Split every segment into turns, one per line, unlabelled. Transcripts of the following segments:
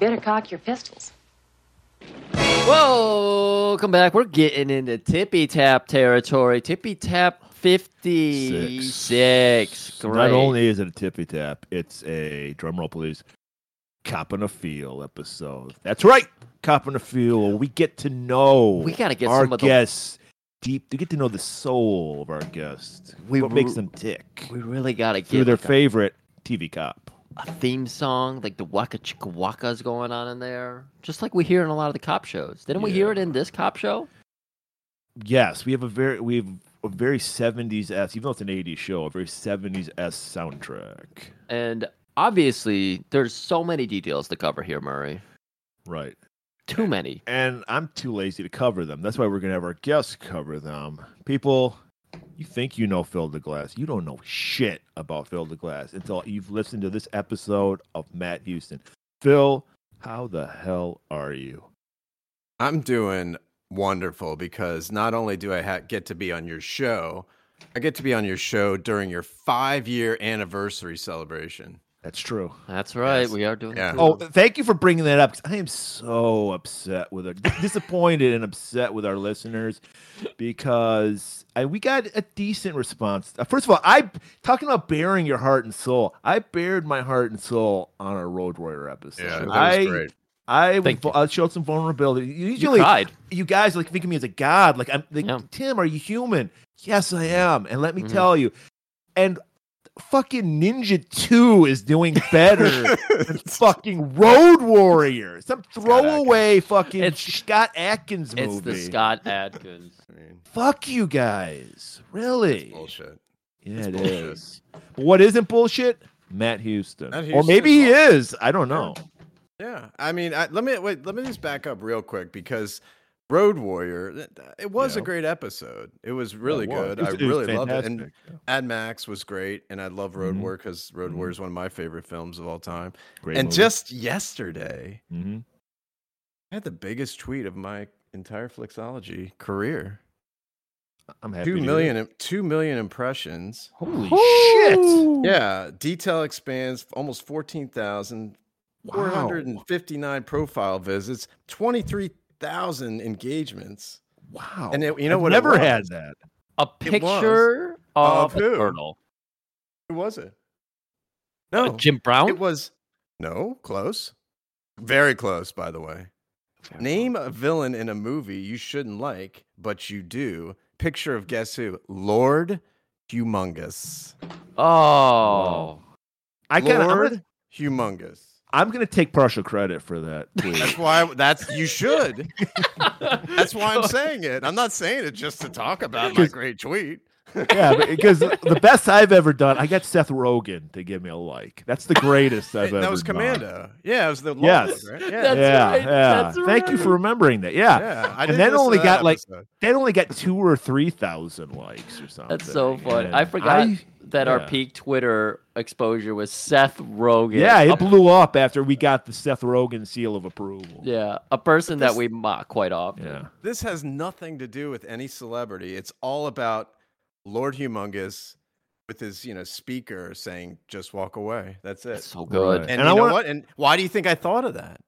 and cock your pistols.
Whoa, come back. We're getting into tippy tap territory. Tippy tap 56. Great.
Not only is it a tippy tap, it's a drum roll, please. Cop in a feel episode. That's right, cop in a feel. We get to know
We gotta get
our
some of the-
guests deep. We get to know the soul of our guests.
We
what makes
re-
them tick
we really got to
through
get
their
like a,
favorite TV cop.
a theme song, like the Waka Chicka Waka's going on in there. Just like we hear in a lot of the cop shows. Didn't we hear it in this cop show?
Yes, we have a very we have a very seventies s. Even though it's an eighties show, a very seventies s soundtrack.
And obviously, there's so many details to cover here, Murray.
Right.
Too many.
and I'm too lazy to cover them. That's why we're gonna have our guests cover them. People, you think you know Phil DeGlass. You don't know shit about Phil DeGlass until you've listened to this episode of Matt Houston. Phil, how the hell are you?
I'm doing wonderful because not only do I ha- get to be on your show, I get to be on your show during your five year anniversary celebration.
That's true.
That's right.
Yes.
We are doing
Yeah.
the
Oh,
tour.
thank you for bringing that up. 'cause I am so upset with our disappointed and upset with our listeners because I, we got a decent response. Uh, First of all, I talking about bearing your heart and soul. I bared my heart and soul on our Road Warrior episode.
Yeah, that was
I,
great.
I, was
Thank
vul- I showed some vulnerability.
you
Usually, you,
cried.
guys like think of me as a god. Like I'm, like,
Yeah. Mm-hmm.
Tim, are you human? Yes, I am. And let me tell you, and fucking Ninja Two is doing better than fucking Road Warrior. Some throwaway fucking
It's-
Scott Atkins movie.
It's the Scott Adkins.
I mean,
Fuck you guys, really?
bullshit.
Yeah, it
bullshit.
is. But what isn't bullshit? Matt Houston.
Matt
or
Houston.
maybe he is. I don't know.
Yeah, I mean, I, let me wait. Let me just back up real quick because Road Warrior, th- th- it was
Yeah.
a great episode. It was really
Yeah, it was.
good.
It
I
was- it was
really loved it. And
fantastic.
Ad Max was great, and I love Road
Mhm.
Warrior because Road
Mhm.
Warrior is one of my favorite films of all time.
Great
and
movie.
just yesterday,
Mhm.
I had the biggest tweet of my entire Flixology career.
I'm happy.
Two
to hear
million,
it.
im- two million impressions.
Holy shit!
Ooh.
Yeah, detail expands almost 14,000,
Wow.
459 profile visits, 23,000 engagements.
Wow.
And it- you know
I've
what it
Never
was?
had that.
A
It was.
picture of,
Of
a
who?
turtle.
Who was it? No,
Jim Brown?
it was no, close. Very close, by the way. Name a villain in a movie you shouldn't like, but you do. Picture of guess who? Lord Humongous.
Oh.
I kind
Lord
of.
Humongous.
I'm going to take partial credit for that. Please.
That's why that's you should. That's why I'm saying it. I'm not saying it just to talk about my great tweet.
yeah, because the best I've ever done, I got Seth Rogen to give me a like. That's the greatest I've ever.
that was
done.
Commando. Yeah, it was the
Yes.
longest, right? Yeah.
Yeah,
That's right,
yeah.
that's
Thank you for
right.
remembering that. Yeah,
yeah. I
And
did
then
listen
only
to
got,
that
like,
episode.
that only got two or three thousand likes or something.
That's so funny. I
And
forgot
I-
that
yeah.
our peak Twitter exposure was Seth Rogen.
Yeah,
a,
it blew up after we got the Seth Rogen seal of approval.
yeah, a person that
This-
we mock quite often.
yeah.
this has nothing to do with any celebrity. It's all about Lord Humongous with his, you know, speaker saying just walk away. That's it.
It's so good.
Right.
and,
And I
you know
wanna-
what? And why do you think I thought of that?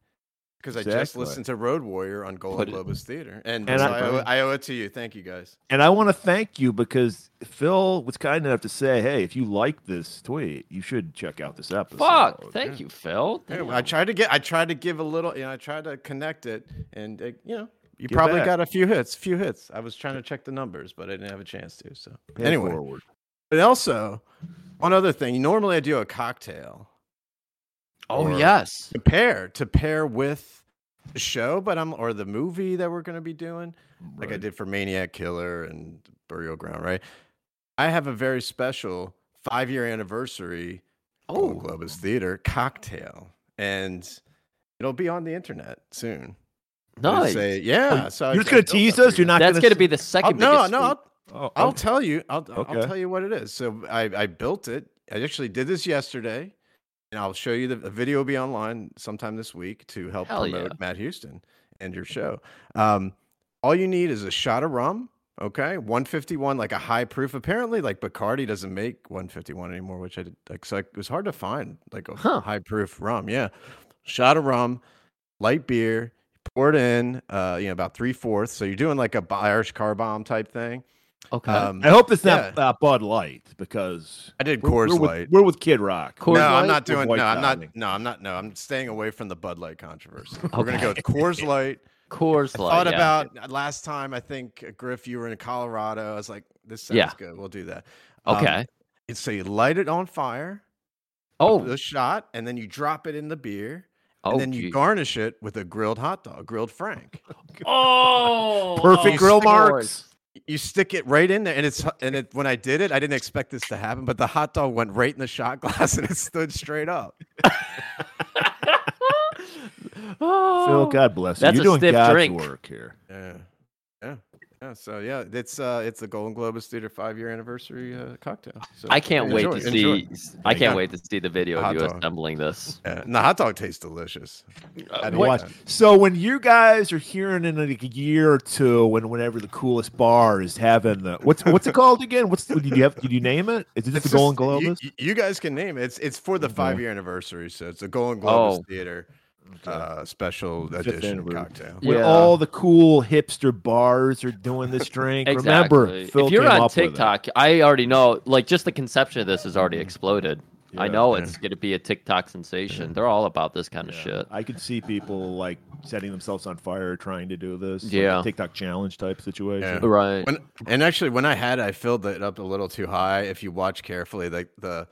Because I just
Exactly.
listened to Road Warrior on
Put
Golden
it-
Globus Theater. And,
And
so
I-
I, owe, I owe it to you. Thank you guys.
And I want to thank you because Phil was kind enough to say, "Hey, if you like this tweet, you should check out this episode."
Fuck. Thank you, Phil.
Yeah,
Damn.
I tried to get, I tried to give a little, you know, I tried to connect it, and uh, you know, you
Get
probably
back.
got a few hits, few hits. I was trying to check the numbers, but I didn't have a chance to. So
Pay
anyway,
forward.
but also one other thing. Normally I do a cocktail
oh
Or-
yes.
to pair to pair with the show, but I'm or the movie that we're going to be doing, like I
Right.
did for Maniac Killer and Burial Ground. Right, I have a very special five year anniversary Golden
Oh,
Globus Theater cocktail, and it'll be on the internet soon. It'll
nice.
say- yeah. so I-
Oh, You're just
I
gonna
built
tease
up
us.
for you
You're not
That's
gonna.
gonna be the
guys. I'll-
second.
Oh, no,
biggest
no.
week.
I'll,
Oh,
I'll
okay.
tell you. I'll, I'll-
Okay.
I'll tell you what it is. So I, I built it. I actually did this yesterday, and I'll show you the, the video. Will be online sometime this week to help
Hell yeah. Mm-hmm.
promote Matt Houston and your show. Um, all you need is a shot of rum. Okay, 151, like a high proof. Apparently, like Bacardi doesn't make 151 anymore, which I did, like. So it was hard to find like a
Huh.
high proof rum. Yeah, shot of rum, light beer, pour it in, uh, you know, about three fourths. So you're doing like a Irish car bomb type thing.
Okay.
Um,
I hope it's not uh, Bud Light because
I did
we're,
Coors
we're
Light.
With, we're with Kid Rock.
Coors
no,
Light
I'm not
or
doing.
White
No, I'm not.
Lightning?
No, I'm not. No, I'm staying away from the Bud Light controversy. We're gonna
Okay.
go with Coors Light.
Coors Light.
Thought
yeah.
about last time. I think uh, Griff, you were in Colorado. I was like, this sounds
Yeah.
good. We'll do that. Um,
Okay.
and so you light it on fire.
oh.
the shot, and then you drop it in the beer,
Oh.
and then you
geez.
garnish it with a grilled hot dog, grilled Frank.
oh.
Perfect
Oh,
grill
Coors.
marks.
You stick it right in there, and it's and it when I did it, I didn't expect this to happen, but the hot dog went right in the shot glass, and it stood straight up.
Phil,
oh.
God bless you.
That's
You're
a
doing
stiff
God's
drink.
work here.
Yeah, yeah, yeah. So yeah, it's uh, it's the Golden Globus Theater five year anniversary uh, cocktail. So
I can't wait
enjoy,
to
enjoy.
see. I can't
Yeah.
wait to see the video
Hot
of you
dog.
assembling this.
Yeah, and the hot dog tastes delicious. I
And
mean,
watch-
uh,
So when you guys are hearing in like a year or two, when whenever the coolest bar is having the what's what's it called again? What's did you have? Did you name it? Is it just the
it's
Golden
just-
Globus?
you-
Mm-hmm.
You, you guys can name it. It's it's for the
Okay.
five year anniversary, so it's the Golden Globus
Oh.
Theater
Okay.
uh, special
Fifth
edition
anniversary.
cocktail.
when
Yeah.
all the cool hipster bars are doing this drink. Remember,
Exactly.
Phil
if you're
came
on
up with it. Mm-hmm.
TikTok, I already know. Like, just the conception of this has already exploded. I
Yeah,
know
yeah.
it's going to be a TikTok sensation. They're all about this kind of
Yeah.
shit.
I could see people like setting themselves on fire trying to do this. like a
Yeah.
TikTok challenge type situation.
Yeah.
Right.
When, and actually, when I had, it, I filled it up a little too high. If you watch carefully, like the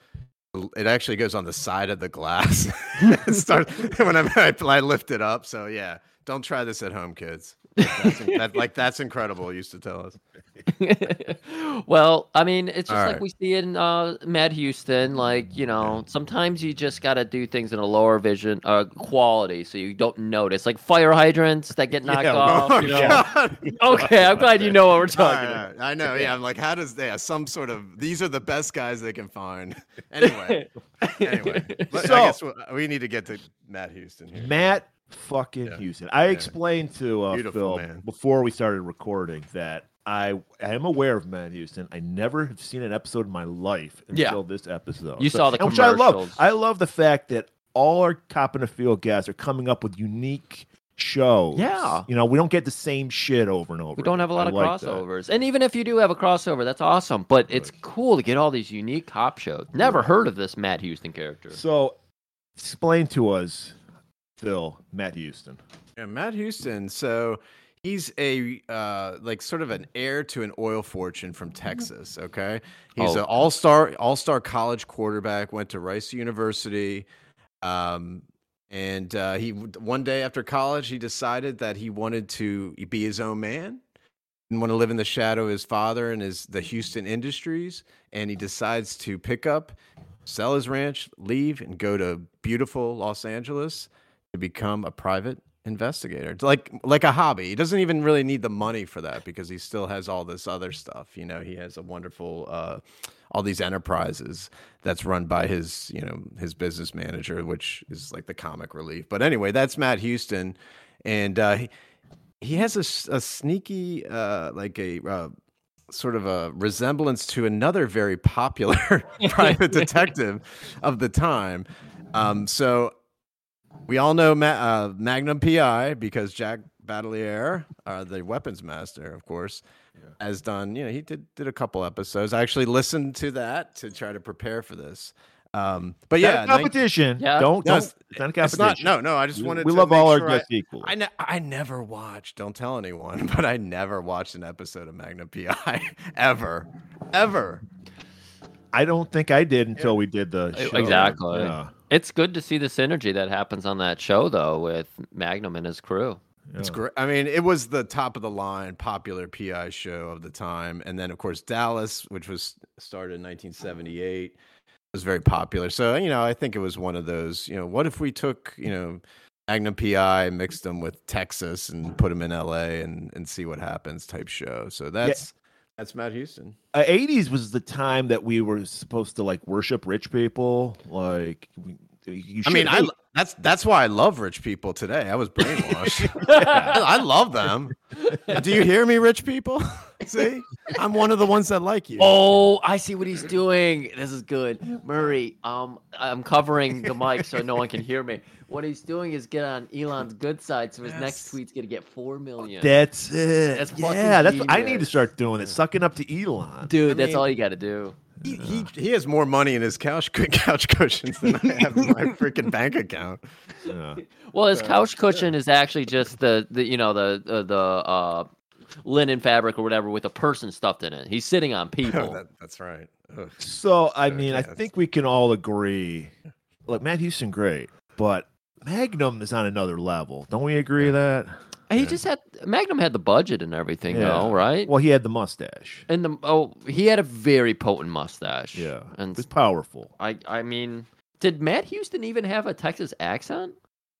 it actually goes on the side of the glass. it starts when I, I, I lift it up. So yeah, don't try this at home, kids. That's, in- that, like that's incredible. Used to tell us.
well, I mean, it's just
All
like
right.
we see in uh, Mad Houston. Like, you know, sometimes you just got to do things in a lower vision uh, quality so you don't notice. Like fire hydrants that get knocked
Yeah,
off.
oh,
You know?
God.
Okay, I'm glad you know what we're talking
All
about.
right, I know. Yeah, I'm like, how does they? Yeah, some sort of these are the best guys they can find. Anyway, anyway, let-
So-
I guess we, we need to get to Matt Houston here.
Matt fucking
Yeah.
Houston. I explained to uh,
Beautiful
Phil
man.
before we started recording that I I am aware of Matt Houston. I never have seen an episode in my life
Yeah.
until this episode.
You saw the
and which I love.
commercials.
I love the fact that all our Cop in the Field guys are coming up with unique shows.
Yeah.
You know, we don't get the same shit over and over.
We don't have a lot
I
of
like that.
crossovers. And even if you do have a crossover, that's awesome. But it's cool to get all these unique cop shows. Never heard of this Matt Houston character.
So explain to us, Phil, Matt Houston.
Yeah, Matt Houston. So he's a uh, like sort of an heir to an oil fortune from Texas. Okay, he's
Oh.
an all-star all-star college quarterback. Went to Rice University. Um, and uh, he one day after college, he decided that he wanted to be his own man. Didn't want to live in the shadow of his father and his the Houston Industries, and he decides to pick up, sell his ranch, leave, and go to beautiful Los Angeles to become a private investigator It's like like a hobby he doesn't even really need the money for that because he still has all this other stuff you know he has a wonderful uh all these enterprises that's run by his you know his business manager which is like the comic relief but anyway that's matt houston and uh he, he has a, s- a sneaky uh like a uh, sort of a resemblance to another very popular private detective of the time um so we all know Ma- uh, Magnum PI because Jack Battelier, uh, the weapons master, of course, has done. You know, he did did a couple episodes. I actually listened to that to try to prepare for this. Um, but yeah,
Not a
19
competition.
Yeah.
Don't,
No,
don't.
it's-
it's not a competition.
it's not. No, no. I just
We-
wanted.
we
to
love
make
all our
sure I-
guests equal.
I, ne- I never watched. Don't tell anyone, but I never watched an episode of Magnum PI ever, ever.
I don't think I did until we did the
E-
show.
exactly.
Yeah,
It's good to see the synergy that happens on that show, though, with Magnum and his crew.
It's
yeah.
great. I mean, it was the top of the line popular PI show of the time, and then of course Dallas, which was started in 1978, was very popular. So you know, I think it was one of those. You know, what if we took you know Magnum PI, mixed them with Texas, and put them in LA, and and see what happens type show. So that's that's Matt Houston.
Uh, 80s was the time that we were supposed to like worship rich people. Like, we, you
I mean,
should
I
hate-
lo- that's that's why I love rich people today. I was brainwashed. I love them. Do you hear me, rich people? See, I'm one of the ones that like you.
Oh, I see what he's doing. This is good. Murray, um, I'm covering the mic so no one can hear me. What he's doing is get on Elon's good side, so his next tweet's gonna get four million.
That's it.
That's fucking
yeah, that's what I need to
genius.
start doing. It's sucking up to Elon.
Dude,
I
that's
mean-
all you gotta do.
He, he, he has more money in his couch couch cushions than I have in my freaking bank account.
Yeah.
Well, his couch cushion is actually just the, the you know the uh, the uh, linen fabric or whatever with a person stuffed in it. He's sitting on people.
Oh, That- that's right. Ugh.
So I mean, I
Okay.
think we can all agree. Look, Matt Houston, great, but Magnum is on another level. Don't we agree that?
he just had Magnum had the budget and everything
Yeah.
though, right?
Well, he had the mustache.
and the oh, he had a very potent mustache.
Yeah, it
and
was powerful.
I I mean, did Matt Houston even have a Texas accent?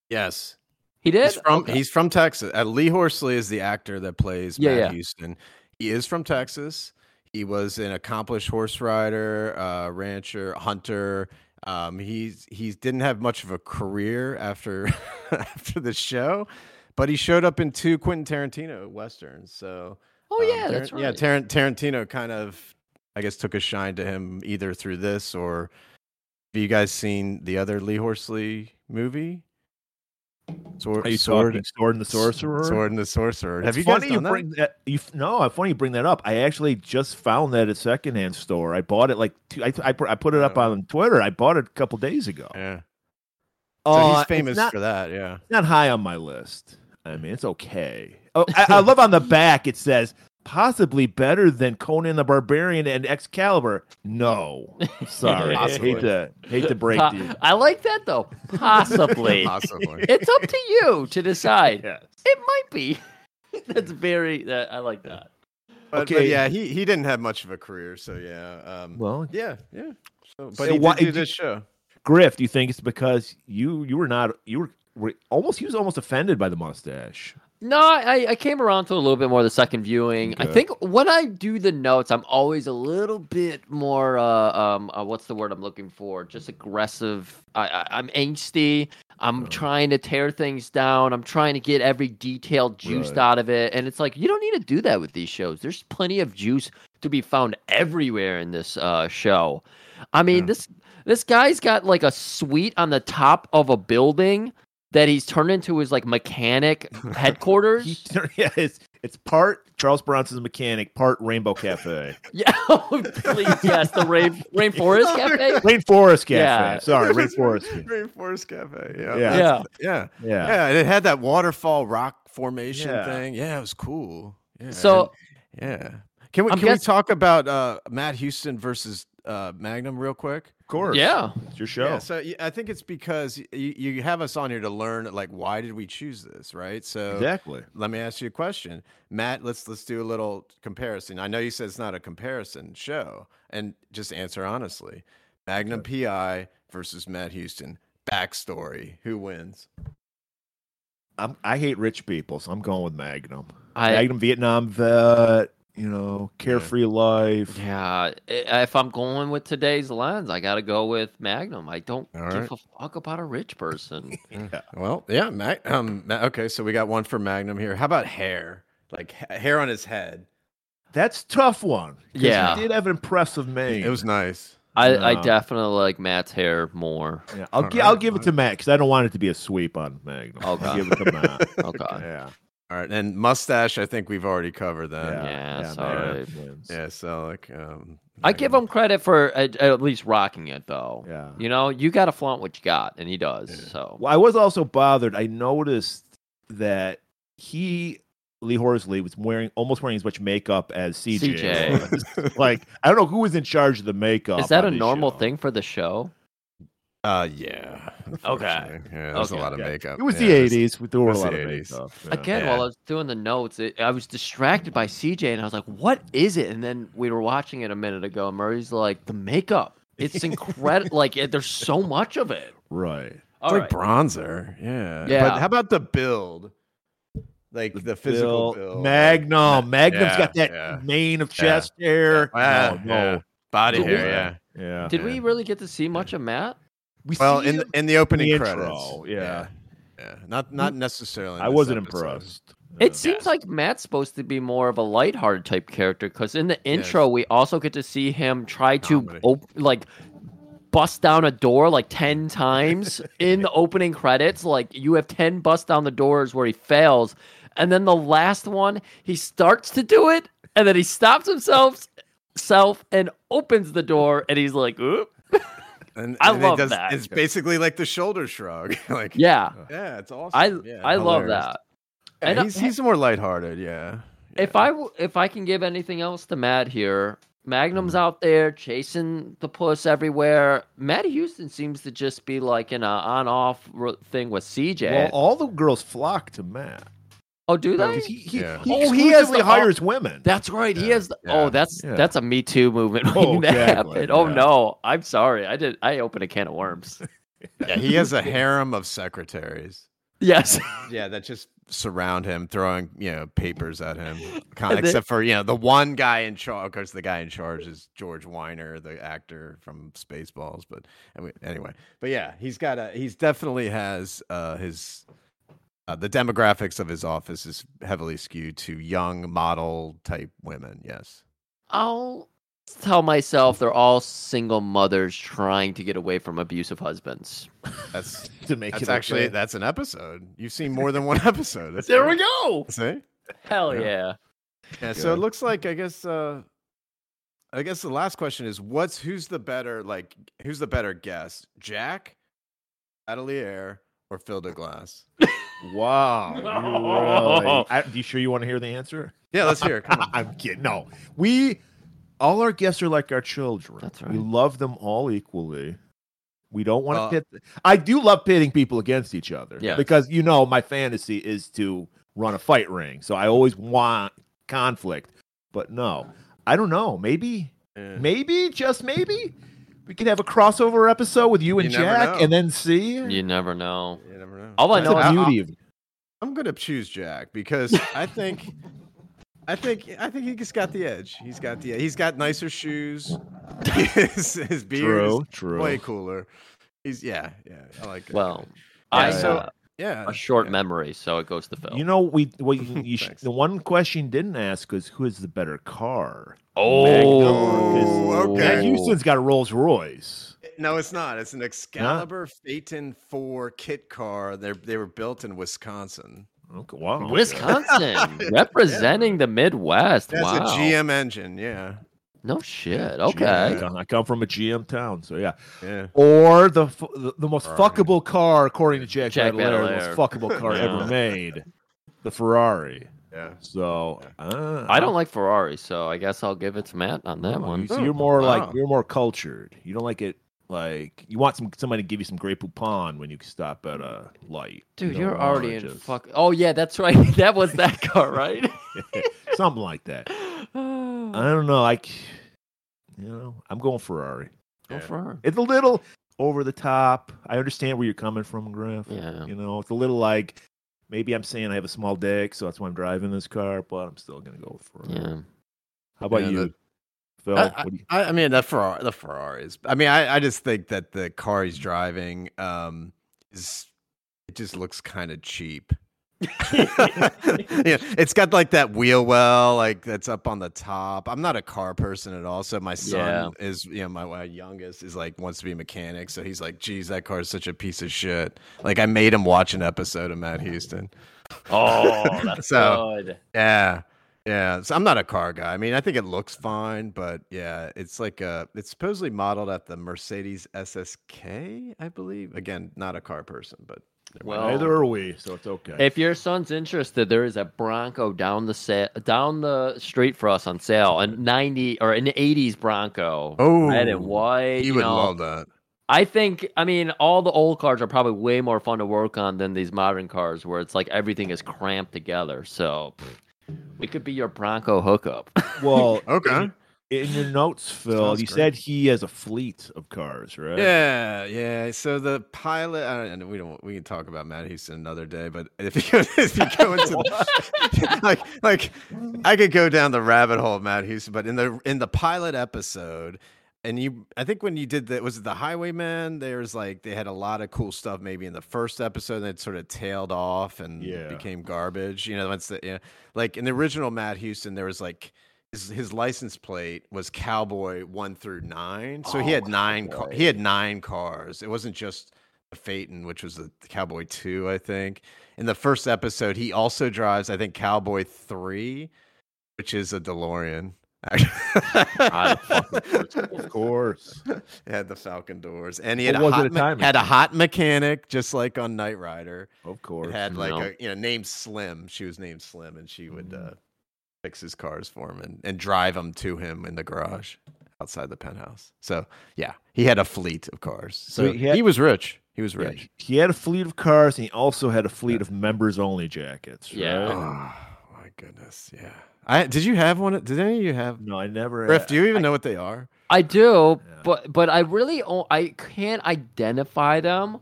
Yes,
He did.
he's from
Okay.
he's from Texas. Uh, Lee Horsley is the actor that plays
Yeah,
Matt
yeah.
Houston. He is from Texas. He was an accomplished horse rider, uh, rancher, hunter. Um, he's he didn't have much of a career after after the show, but he showed up in two Quentin Tarantino westerns. So
Oh
um,
yeah,
Tar-
that's right.
yeah. Taran- Tarantino kind of, I guess, took a shine to him either through this or. Have you guys seen the other Lee Horsley movie? Sword,
Are you
Sword-
talking sword and the sorcerer?
Sword and the Sorcerer. Have
It's
you guys
funny
done
you
that?
bring that? you, no, funny you bring that up. I actually just found that at a secondhand store. I bought it like two, I, I put- I put it up
Oh.
on Twitter. I bought it a couple days ago.
Yeah. So
Uh,
he's
it's
famous
not-
for that. Yeah.
not high on my list. I mean, it's okay. Oh, I, I love on the back it says possibly better than Conan the Barbarian and Excalibur. No, sorry, I
Possibly.
hate to hate to break
Po-
to you.
I like that though. Possibly.
Possibly.
it's up to you to decide.
Yes.
It might be. That's very. That, I like that.
But, but
Okay.
yeah, he, he didn't have much of a career. So yeah. Um,
Well,
yeah. Yeah. So, but
So
he
why-
did do
did-
this show.
Griff, do you think it's because you you were not you were, were almost he was almost offended by the mustache?
No, I, I came around to a little bit more the second viewing. I
Okay.
think when I do the notes, I'm always a little bit more. Uh, um, uh, what's the word I'm looking for? Just aggressive. I, I I'm angsty. I'm trying to tear things down. I'm trying to get every detail juiced
Right.
out of it, and it's like you don't need to do that with these shows. There's plenty of juice to be found everywhere in this uh, show. I mean
Yeah.
this this guy's got like a suite on the top of a building that he's turned into his like mechanic headquarters.
He, yeah, it's it's part Charles Bronson's mechanic, part Rainbow Cafe,
yeah, oh, please, yes, the rain, rainforest cafe.
Rainforest Cafe.
Yeah.
Sorry, Rainforest. Cafe.
Rainforest Cafe. Yeah.
Yeah.
that's-
Yeah,
Yeah.
Yeah.
Yeah. And it had that waterfall rock formation
Yeah.
thing. Yeah. It was cool. Yeah.
So-
and- yeah. Can we,
I'm
can
guess-
we talk about uh, Matt Houston versus uh, Magnum real quick?
of course.
yeah.
it's your show.
Yeah, so y- I think it's because y- you, you have us on here to learn, like, why did we choose this, right? So
exactly.
let me ask you a question, Matt. Let's let's do a little comparison. I know you said it's not a comparison show, and just answer honestly. Magnum PI versus Matt Houston. Backstory: Who wins?
I'm, I hate rich people, so I'm going with Magnum.
I
Magnum Vietnam vet, you know, carefree life.
yeah. i- If I'm going with today's lens, I gotta go with Magnum. I don't
All
give
right.
a fuck about a rich person.
Well, yeah, Mac. Um, Ma- okay, so we got one for Magnum here. How about hair? Like ha- hair on his head.
That's a tough one. 'cause
Yeah.
he did have an impressive mane.
It was nice.
I, I
No.
definitely like Matt's hair more.
Yeah, I'll,
All
gi- I'll
right,
give
all
it to Matt because I don't want it to be a sweep on Magnum. I'll
Okay.
give it to Matt.
Okay.
yeah,
All right, and mustache. I think we've already covered that.
yeah,
yeah,
yeah,
sorry.
Magnum wins.
Yeah, so like, um,
I give
Magnum-
him credit for at, at least rocking it though.
Yeah.
You know, you gotta flaunt what you got, and he does. So
Well, I was also bothered. I noticed that he, Lee Horsley, was wearing almost wearing as much makeup as CJ.
CJ.
like I don't know who was in charge of the makeup.
is that a
on this
normal
show.
thing for the show?
Uh, yeah. unfortunately. Yeah, there's
Okay.
a lot of
Yeah.
makeup.
It was
Yeah,
the
there's-
eighties. There were a
was the
lot of
80s.
makeup. yeah.
Again, while I was doing the notes, it, I was distracted by CJ, and I was like, "What is it?" And then we were watching it a minute ago. And Murray's like, "The makeup, it's incredible. like, it, there's so much of it."
Right.
All
It's
right,
like bronzer. Yeah.
Yeah.
But how about the build? Like the, physical
Bill-
build.
Magnum. Magnum's
yeah,
got that
yeah.
mane of
Yeah,
chest hair.
Yeah,
no,
yeah.
no.
Body
Did
hair,
we-
yeah.
Yeah.
did we really get to see much of Matt?
We
Well,
see
in the,
him-
in the opening
the intro,
credits.
yeah.
Yeah. Not not necessarily. in
I
this
wasn't
episode.
impressed.
Uh,
It seems like Matt's supposed to be more of a lighthearted type character because in the intro we also get to see him try to
Comedy.
op- like bust down a door like 10 times in the opening credits. Like you have 10 bust down the doors where he fails. And then the last one, he starts to do it and then he stops himself self and opens the door and he's like, oop.
And,
I
and it
love
does-
that.
It's basically like the shoulder shrug. like yeah,
Yeah.
it's awesome.
I
Uh, Yeah,
I love
hilarious.
that.
Yeah,
And, uh,
he's he's more lighthearted. Yeah.
If I w- if I can give anything else to Matt here, Magnum's out there chasing the puss everywhere. Matt Houston seems to just be like in a on off r- thing with CJ.
Well, all the girls flock to Matt.
oh, do they?
Because he, he,
Yeah.
he
Oh, he has
exclusively
the-
hires women.
That's right. He
Yeah,
has. The,
yeah,
oh, that's
yeah.
that's a Me Too movement.
Oh,
when that
exactly,
happened. Oh
yeah.
no, I'm sorry. I did. I opened a can of worms.
Yeah, he has a harem of secretaries.
Yes.
Yeah, that just surround him, throwing you know papers at him. Kind
And
of,
then-
except for you know the one guy in charge. Of course, the guy in charge is George Weiner, the actor from Spaceballs. But I mean, anyway, but yeah, he's got a. He's definitely has uh, his. Uh, the demographics of his office is heavily skewed to young model type women. Yes.
I'll tell myself they're all single mothers trying to get away from abusive husbands.
That's
to make
that's
it
actually
okay.
that's an episode. You've seen more than one episode. That's
There we
great.
go.
See?
Hell
Yeah.
yeah.
Yeah, so it
Good.
looks like I guess uh I guess the last question is what's who's the better like who's the better guest? Jack, Atelier, or Phil de Glass?
wow. you really- I, you sure you want to hear the answer?
Yeah, let's hear it. Come on.
I'm kidding. No, we all our guests are like our children.
That's
We
right.
love them all equally. We don't want
Uh,
to pit. I do love pitting people against each other.
Yeah.
Because you know my fantasy is to run a fight ring, so I always want conflict. But no, I don't know. Maybe,
Yeah.
maybe, just maybe, we could have a crossover episode with you
You
and
never
Jack,
know.
and then see.
You never know.
You never know.
All I
That's
know.
the
I-
beauty of it.
I'm gonna choose Jack because I think I think I think he just got the edge. He's got the he's got nicer shoes. his, his beard is
True, true.
way cooler. He's yeah, yeah. I like it.
Well,
Yeah,
I
so-
have
yeah.
a short
yeah.
memory, so it goes to Phil.
You know, we well, you, you sh-
Thanks.
the one question you didn't ask was who is the better car?
oh,
Magnum, 'cause okay.
Matt Houston's got a Rolls Royce.
No, it's not. It's an Excalibur Phaeton 4 kit car. They they were built in Wisconsin.
Okay, wow.
Wisconsin representing the Midwest.
That's
wow.
a GM engine. Yeah.
No shit.
GM
Okay.
town. I come from a GM town, so yeah.
Yeah.
Or the f- the, the most
Ferrari.
fuckable car, according to Jack,
Jack
Badalaire, the
Badalaire.
most fuckable car ever
Yeah.
made, the Ferrari.
Yeah.
So uh,
I don't like Ferrari, so I guess I'll give it to Matt on that one.
You, so you're more
Oh, Wow.
like you're more cultured. You don't like it. Like you want some somebody to give you some Grey Poupon when you stop at a light.
Dude,
No
you're already in
oranges.
fuck. Oh yeah, that's right. That was that car, right?
something like that.
Go
I don't know. Like, you know, I'm going Ferrari.
Yeah.
Ferrari.
It's a little over the top. I understand where you're coming from, Griff.
Yeah.
You know, it's a little like maybe I'm saying I have a small dick, so that's why I'm driving this car, but I'm still gonna go with Ferrari.
Yeah.
How about
Yeah,
you,
that-
Phil?
I-
what do you-
I, I mean the Ferrari the Ferraris. I mean I, I just think that the car he's driving um is it just looks kind of cheap. yeah, it's got like that wheel well, like that's up on the top. I'm not a car person at all. So my son is, you know, my, my youngest is like wants to be a mechanic. So he's like, geez, that car is such a piece of shit. Like I made him watch an episode of Matt Houston.
Oh, that's
So-
good.
Yeah. Yeah. So I'm not a car guy. I mean, I think it looks fine, but yeah, it's like uh it's supposedly modeled at the Mercedes SSK, I believe. Again, not a car person, but
Well,
Neither are we, so it's okay.
If your son's interested, there is a Bronco down the sa- down the street for us on sale. A ninety or an eighties Bronco.
Oh,
red and white.
you
You,
would
know.
love that.
I think. I mean, all the old cars are probably way more fun to work on than these modern cars, where it's like everything is cramped together. So, pff, we could be your Bronco hookup.
well,
Okay.
in, in your notes, Phil,
Sounds
you
great.
said he has a fleet of cars, right?
Yeah, yeah. So the pilot, I don't, and we don't. We can talk about Matt Houston another day, but if you, if you go into the, like like I could go down the rabbit hole of Matt Houston, but in the in the pilot episode, and you, I think when you did that, was it the Highwayman? There's like they had a lot of cool stuff maybe in the first episode, and it sort of tailed off and
Yeah.
became garbage. You know, once the you know, like in the original Matt Houston, there was like his, his license plate was cowboy one through nine so
Oh,
he had nine ca- he had nine cars it wasn't just the phaeton which was the, the cowboy two i think in the first episode he also drives i think cowboy three which is a delorean
Ah, Of course.
it had the falcon doors and he had,
What
a
was it
hot,
at
me-
time?
had a hot mechanic just like on knight rider
Of
it
course.
had like
No.
a you know named Slim. She was named Slim, and she would uh, fix his cars for him and, and drive them to him in the garage outside the penthouse. So yeah, he had a fleet of cars. So,
he
he,
had-
was rich. He was
Yeah,
rich.
he had a fleet of cars and he also had a fleet of members only jackets.
Yeah.
right?
Oh my goodness, yeah. I did you have one? Did any of you have?
No, Uh, I never.
Griff, do you even know what they are?
I do,
Yeah.
but but I really o- I can't identify them.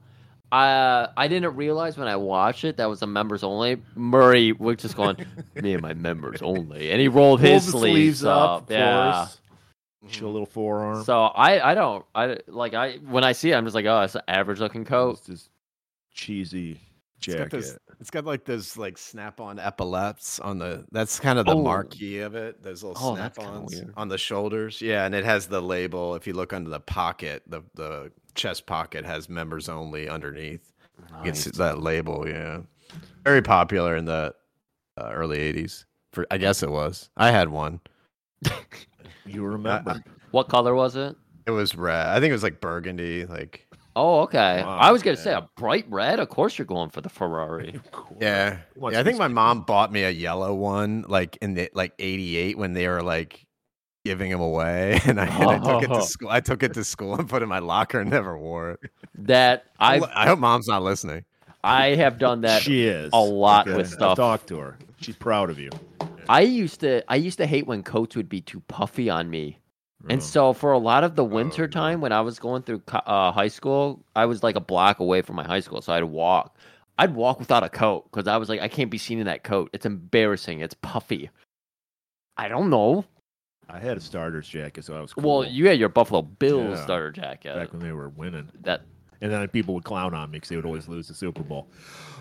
Uh, I didn't realize when I watched it that was a members only. Murray was just going, me and my members only, and he rolled his
Pulled the
sleeves, up.
of
yeah.
course. Show a little forearm.
So I I don't I like I when I see it I'm just like oh it's an average looking coat.
It's just cheesy
It's got
jacket.
those- it's got like those like snap-on epaulets on the. That's kind of the
Oh.
marquee of it. Those little
Oh, that's kinda
snap-ons
weird.
on the shoulders. Yeah, and it has the label. If you look under the pocket, the the chest pocket has members only underneath. You can see that label. Yeah, very popular in the uh, early '80s. For I guess it was. I had one.
You remember?
What color was it?
It was red. I think it was like burgundy. Like
Oh okay.
Wow,
I was gonna say
man.
a bright red. Of course you're going for the Ferrari.
Of course.
Yeah.
Who wants
yeah, I think
this
my
kid?
mom bought me a yellow one like in the like 88 when they were like giving them away and I, and I took it
Oh.
to school. I took it to school and put it in my locker and never wore it.
That
I
I
I hope mom's not listening.
I have done that
she is
a lot
Okay.
with
I'll
stuff.
Talk to her. She's proud of you.
I used to I used to hate when coats would be too puffy on me. And
Oh.
so for a lot of the
no.
winter time when I was going through co- uh, high school, I was like a block away from my high school, so I'd walk. I'd walk without a coat cuz I was like I can't be seen in that coat. It's embarrassing. It's puffy. I don't know.
I had a starter's jacket, so I was cool
Well, you had your Buffalo Bills
Yeah.
starter jacket.
back when they were winning,
That
and then people would clown on me because they would always lose the Super Bowl.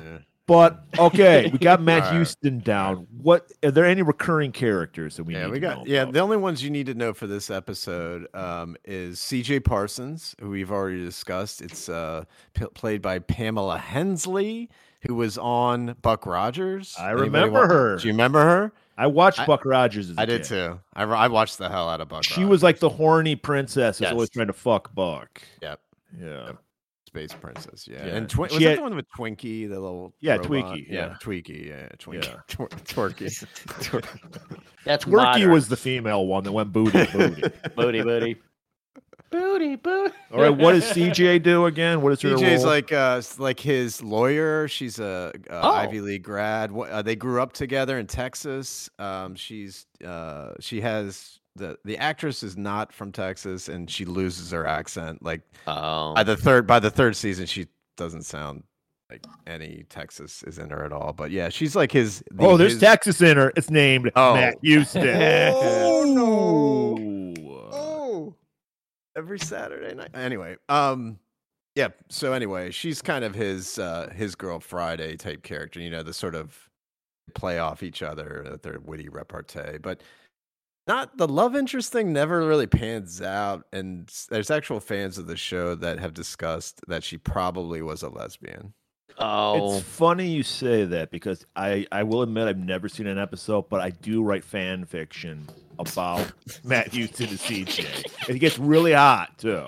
Yeah.
But okay, we got Matt
All right.
Houston down. What are there any recurring characters that we
yeah,
need
we
to know
got yeah,
about?
the only ones you need to know for this episode um, is CJ Parsons, who we've already discussed. It's uh, p- played by Pamela Hensley, who was on Buck Rogers.
I
Anybody
remember her.
Do you remember her?
I watched
I-
Buck Rogers. As a
I did
kid.
too. I, I watched the hell out of Buck.
She was like the horny princess, who's
Yes.
always trying to fuck Buck.
Yep.
Yeah,
Space Princess, yeah.
Yeah.
And Twi-
She
was that
had-
the one with Twinkie, the little
Yeah,
robot?
Twinkie,
yeah.
yeah.
Twinkie, yeah, Twinkie,
Yeah.
Twor- Twerky, Twer-
that's
Worky
modern.
was the female one that went booty booty.
booty booty. booty booty.
All right, what does CJ do again? What is her
TJ's
role?
like uh s- like his lawyer. She's a, uh
Oh.
Ivy League grad. What, uh, they grew up together in Texas. Um, she's uh she has the the actress is not from Texas, and she loses her accent. Like
Oh.
by the third by the third season, she doesn't sound like any Texas is in her at all. But yeah, she's like his. the-
oh, there's
his-
Texas in her. It's named
Oh.
Matt Houston.
Oh,
no.
Oh, every Saturday night. Anyway, um, yeah. So anyway, she's kind of his uh his girl Friday type character. You know, the sort of play off each other, that their witty repartee, but not the love interest thing never really pans out. And s- there's actual fans of the show that have discussed that she probably was a lesbian.
oh.
It's funny you say that because I, I will admit I've never seen an episode, but I do write fan fiction about Matt Houston and CJ. It gets really hot too.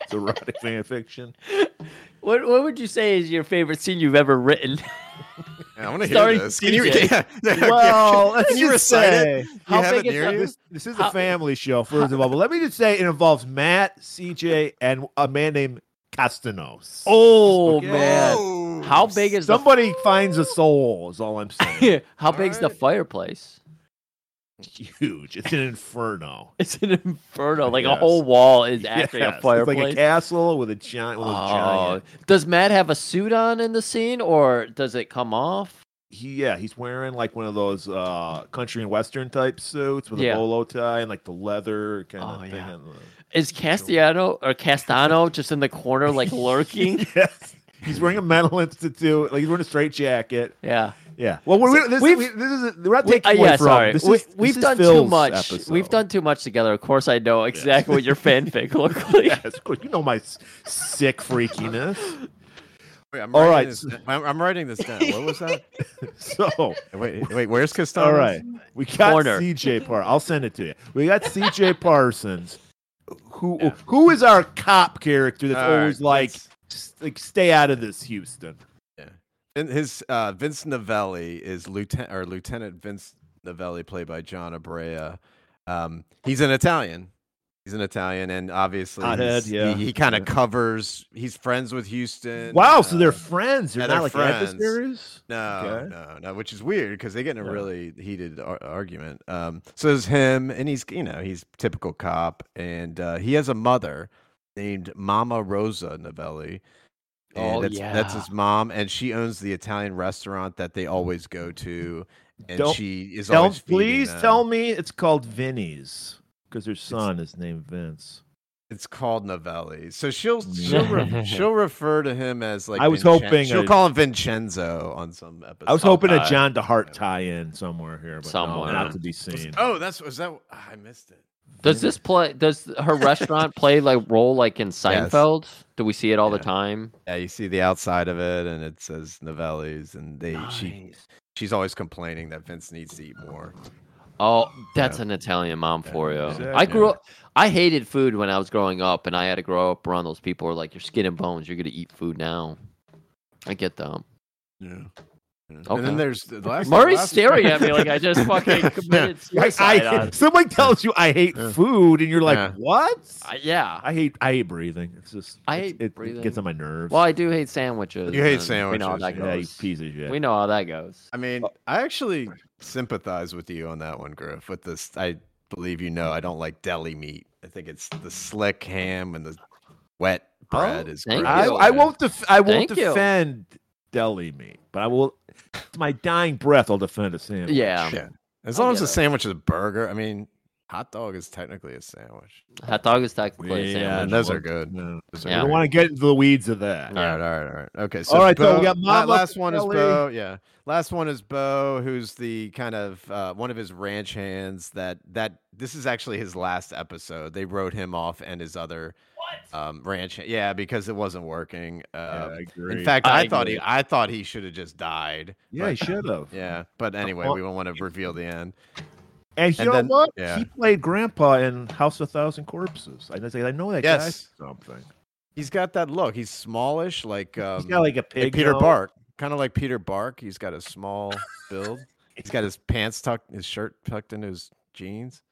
It's erotic fan fiction.
What what would you say is your favorite scene you've ever written?
Yeah, I want to
Starring
hear this. Can you,
DJ.
yeah, yeah, okay.
Well, let's
can you
just
recite
say,
it? You
how
have it
big is
near
that-
you?
This, this is
How-
a family show, first of all. But let me just say it involves Matt, CJ, and a man named Castanos.
Oh
Okay.
man.
Oh.
How big is
Somebody finds a soul, is all I'm saying.
the How big's the
Alright.
fireplace?
Huge. It's an inferno.
It's an inferno. Like a
Yes.
whole wall is actually
Yes,
a
It's like
fireplace.
a castle with a giant. With a
oh.
giant.
Does Matt have a suit on in the scene or does it come off?
He, yeah, he's wearing like one of those uh, country and western type suits with
Yeah.
a bolo tie and like the leather kind
Oh,
of thing.
yeah.
on the-
Is Castellano or Castano just in the corner like lurking?
yes. He's wearing a mental institute. Like he's wearing a straight jacket.
Yeah.
Yeah. Well, we're, we're- this,
We've-
we, this is we're not
We-
taking
uh,
away
yeah,
from.
sorry.
This
we,
is,
we've
this is
done too
Phil's
much.
episode.
We've done too much together. Of course, I know exactly what your fanfic looked like.
Yes, of course. You know my s- sick freakiness.
Wait, I'm
All
writing
right.
This, I'm, I'm writing this down. What was that?
So,
wait, wait. Where's Costanza?
all right, we got
Corner.
CJ Par. I'll send it to you. We got CJ Parsons, who who is our cop character that's
All right,
always like,
let's-
s- like stay out of this, Houston.
And his uh, Vince Novelli is lieutenant or Lieutenant Vince Novelli, played by John Abrea. Um, he's an Italian. He's an Italian, and obviously
Hothead,
he's-
yeah.
he, kind
Yeah.
of covers. He's friends with Houston.
Wow, so they're
uh,
friends. They're
yeah,
not
they're
like
friends.
adversaries.
No,
Okay.
no, no, which is weird because they get in a
Yeah.
really heated ar- argument. Um, so it's him, and he's you know he's typical cop, and uh, he has a mother named Mama Rosa Novelli. And
Oh,
that's, that's his
yeah.
mom, and she owns the Italian restaurant that they always go to, and
Don't-
she is
Tell,
always feeding
please
them.
tell me it's called Vinny's because her son is named Vince.
it's called Novelli. So she'll she'll re- she'll refer to him as like
I was
Vincen-
hoping
she'll
a-
call him Vincenzo on some episode.
I was hoping a
uh,
John DeHart tie-in somewhere here, but no,
Somewhere.
not to be seen.
Oh, that's was that I missed it.
Does this play? Does her restaurant play like role like in Seinfeld? Do we see it all the
Yeah.
time?
Yeah, you see the outside of it, and it says Novellis, and they she she's always complaining that Vince needs to eat more.
Oh, that's an Italian mom for you. I
exactly.
grew up. I hated food when I was growing up, and I had to grow up around those people who are like, "Your skin and bones. You're gonna eat food now." I get them.
Yeah.
Okay.
And then there's the last.
Murray's
last-
staring at me like I just fucking committed
I, uh,
suicide.
I-
on-
someone tells you I hate
Yeah.
food, and you're like,
Yeah.
"What?
I- yeah.
I hate I hate breathing. It's just
I
it's-
hate
it,
breathing.
It gets on my nerves.
Well, I do hate sandwiches.
You hate
and We know how that
sandwiches,
yeah, you
goes.
piece of shit.
We know how that goes.
I mean, I actually sympathize with you on that one, Griff. With this, I believe you know I don't like deli meat. I think it's the slick ham and the wet bread is.
Oh, thank
gross.
I,
you.
I won't def- I won't
Thank you.
defend deli meat, but I will. To my dying breath, I'll defend a sandwich.
Yeah.
Yeah. As
I'll
long as
get
the
it.
sandwich is a burger, I mean, hot dog is technically a sandwich.
Hot dog is technically a
Yeah,
sandwich.
And those are
well,
good.
No.
Those are
Yeah.
I
good.
don't want to get into the weeds of that.
All right, all right, all right. Okay, so
All right,
Bo,
so we got
la-
Mama
last one is
Kelly.
Bo. Yeah, last one is Bo, who's the kind of uh, one of his ranch hands. That that this is actually his last episode. They wrote him off and his other um, ranch. hand- Yeah, because it wasn't working.
Yeah,
Uh,
I agree.
in fact, I,
I
thought he
agree.
I thought he should have just died.
yeah, he should have.
Yeah, but anyway, we don't want to reveal the end.
And you
And
know
then-
what?
yeah.
He played Grandpa in House of Thousand Corpses. I know, I know that guy.
Yes.
Something.
He's got that look. He's smallish, like um,
He's got like a
like
pig.
Peter
nose.
Bark, kind of like Peter Bark. He's got a small build. He's got his pants tucked, his shirt tucked into his jeans.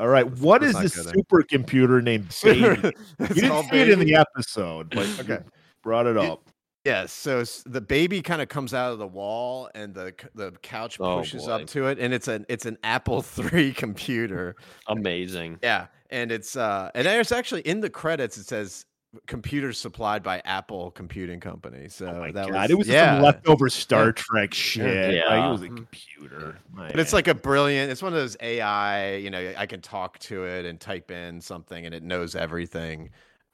All right, what is
let's
this
not
supercomputer named Baby? You didn't see it in the episode, but
Okay.
brought it
You-
up.
Yes. So s- the baby kind of comes out of the wall, and the c- the couch
Oh,
pushes
boy.
up to it, and it's an it's an Apple III computer.
Amazing.
Yeah, and it's uh, and there's actually in the credits it says computers supplied by Apple Computing Company. So
oh my
that
god,
was
it was
yeah.
some leftover Star Trek shit.
Yeah.
Like, it was a computer.
But it's like a brilliant. It's one of those AI. You know, I can talk to it and type in something, and it knows everything.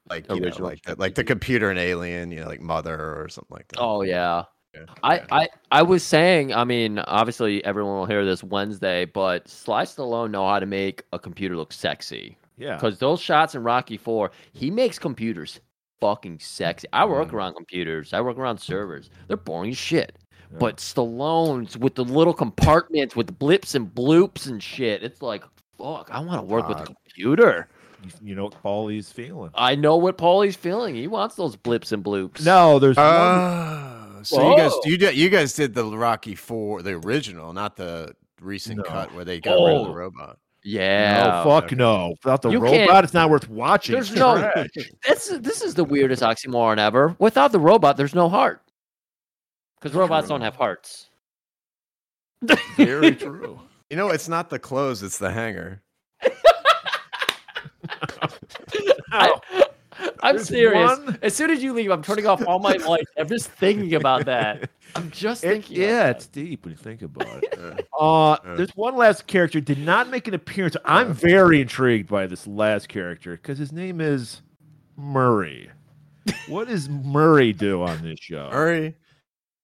Like you know,
Original
like the, like the computer and Alien. You know, like Mother or something like that.
Oh yeah.
Yeah,
I,
yeah.
I I was saying, I mean, obviously everyone will hear this Wednesday, but Sly Stallone know how to make a computer look sexy.
yeah.
Because those shots in Rocky Four, he makes computers fucking sexy. I
Mm-hmm.
work around computers. I work around servers. They're boring as shit.
Yeah.
But Stallone's with the little compartments with blips and bloops and shit. It's like, fuck, I want to work with a computer.
You- You know what Paulie's feeling?
I know what Paulie's feeling. He wants those blips and bloops.
No, there's
Uh,
one-
Oh, so you guys,
Whoa.
you did, you guys did the Rocky Four, the original, not the recent
No.
cut where they got rid of
Oh.
the robot.
Yeah.
no, fuck no. Without the
You
robot,
can't-
it's not worth watching.
There's no. That's this is the weirdest oxymoron ever. Without the robot, there's no heart. Because robots don't have hearts.
Very true.
You know, it's not the clothes, it's the hanger.
I, am
There's
serious.
one-
As soon as you leave, I'm turning off all my lights. I'm just thinking about that. I'm just
It-
thinking.
yeah,
about
it's deep when you think about it.
Uh,
Uh,
Yeah.
there's one last character did not make an appearance. I'm very intrigued by this last character because his name is Murray. what does Murray do on this show?
Murray,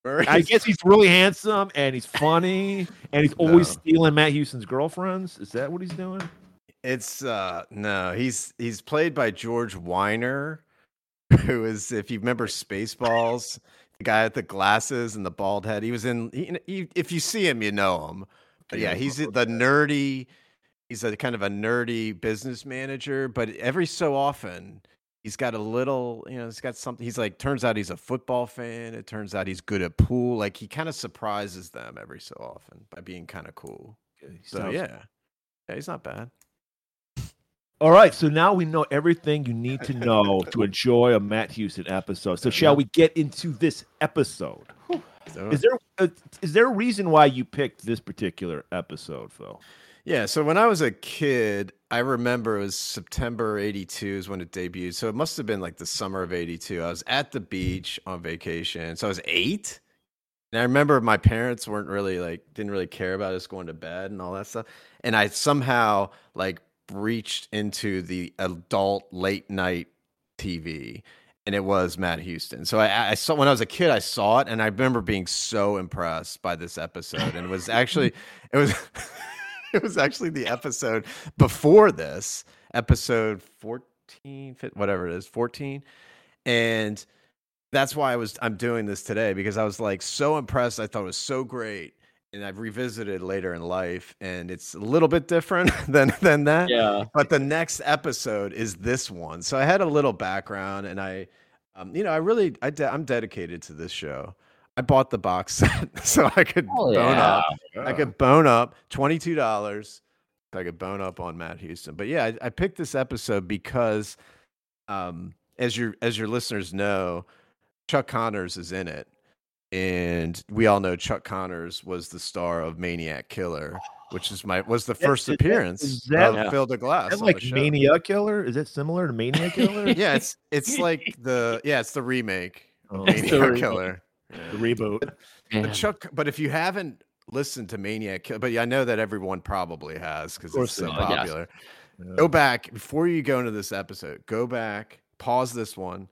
Murray.
I guess he's really handsome and he's funny and he's always
No.
stealing Matt Houston's girlfriends. Is that what he's doing?
It's uh no, he's he's played by George Weiner, who is if you remember Spaceballs, the guy with the glasses and the bald head. He was in. He, he- if you see him, you know him. But yeah,
Okay,
he's the
okay.
nerdy. He's a kind of a nerdy business manager, but every so often he's got a little, you know, he's got something. He's like, turns out he's a football fan. It turns out he's good at pool. Like he kind of surprises them every so often by being kind of cool.
He
So
sounds-
yeah, yeah, he's not bad.
All right, so now we know everything you need to know to enjoy a Matt Houston episode. So shall we get into this episode?
So-
Is there a, is there a reason why you picked this particular episode, Phil?
Yeah, so when I was a kid, I remember it was September 82 is when it debuted. So it must have been like the summer of 82. I was at the beach on vacation. So I was eight. And I remember my parents weren't really like, didn't really care about us going to bed and all that stuff. And I somehow like breached into the adult late night TV and it was Matt Houston. So I, I saw when I was a kid, I saw it, and I remember being so impressed by this episode. And it was actually, it was, it was actually the episode before this episode 14, fif- whatever it is, 14, and that's why I was I'm doing this today because I was like so impressed. I thought it was so great. And I've revisited later in life, and it's a little bit different than than that
Yeah.
but the next episode is this one. So I had a little background, and I, um, you know, I really, I de- I'm dedicated to this show. I bought the box set so I could
Hell
bone
yeah.
up. I
Oh.
could bone up twenty two dollars. I could bone up on Matt Houston. But yeah, I, I picked this episode because, um, as your as your listeners know, Chuck Connors is in it, and we all know Chuck Connors was the star of Maniac Killer. Which is my was the
That-
first
that-
appearance
is that-
of
Yeah.
Phil DeGlass.
Is that
on
like
the show.
Mania Killer? Is that similar to Mania Killer?
yeah, it's it's like the yeah, it's the remake
Oh,
of
It's the
Maniac
remake.
Killer.
the reboot.
But Chuck, but if you haven't listened to Maniac Killer, but yeah, I know that everyone probably has because
course
it's so
they
have. Yes.
popular.
Yeah.
Go back before you go into this episode. Go back, pause this one,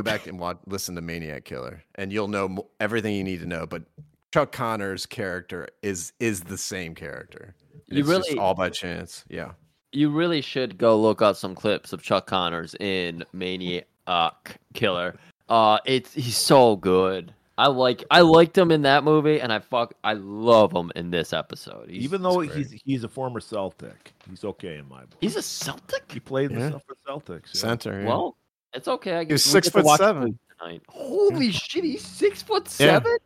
go back and watch, listen to Maniac Killer, and you'll know mo- everything you need to know. But Chuck Connor's character is is the same character. And
You
it's just
really-
all by chance. Yeah.
you really should go look up some clips of Chuck Connors in Maniac Killer. Uh, it's he's so good. I like I liked him in that movie, and I fuck I love him in this episode. He's,
Even though
it's great.
he's he's a former Celtic, he's okay in my book.
he's a
He
Celtic,
played
Yeah.
himself for Celtics. yeah.
Center. yeah.
well, it's okay. I
he was
guess we
six
get to
foot
watch the
seven.
movie tonight. Holy shit, he's six foot
Yeah.
seven.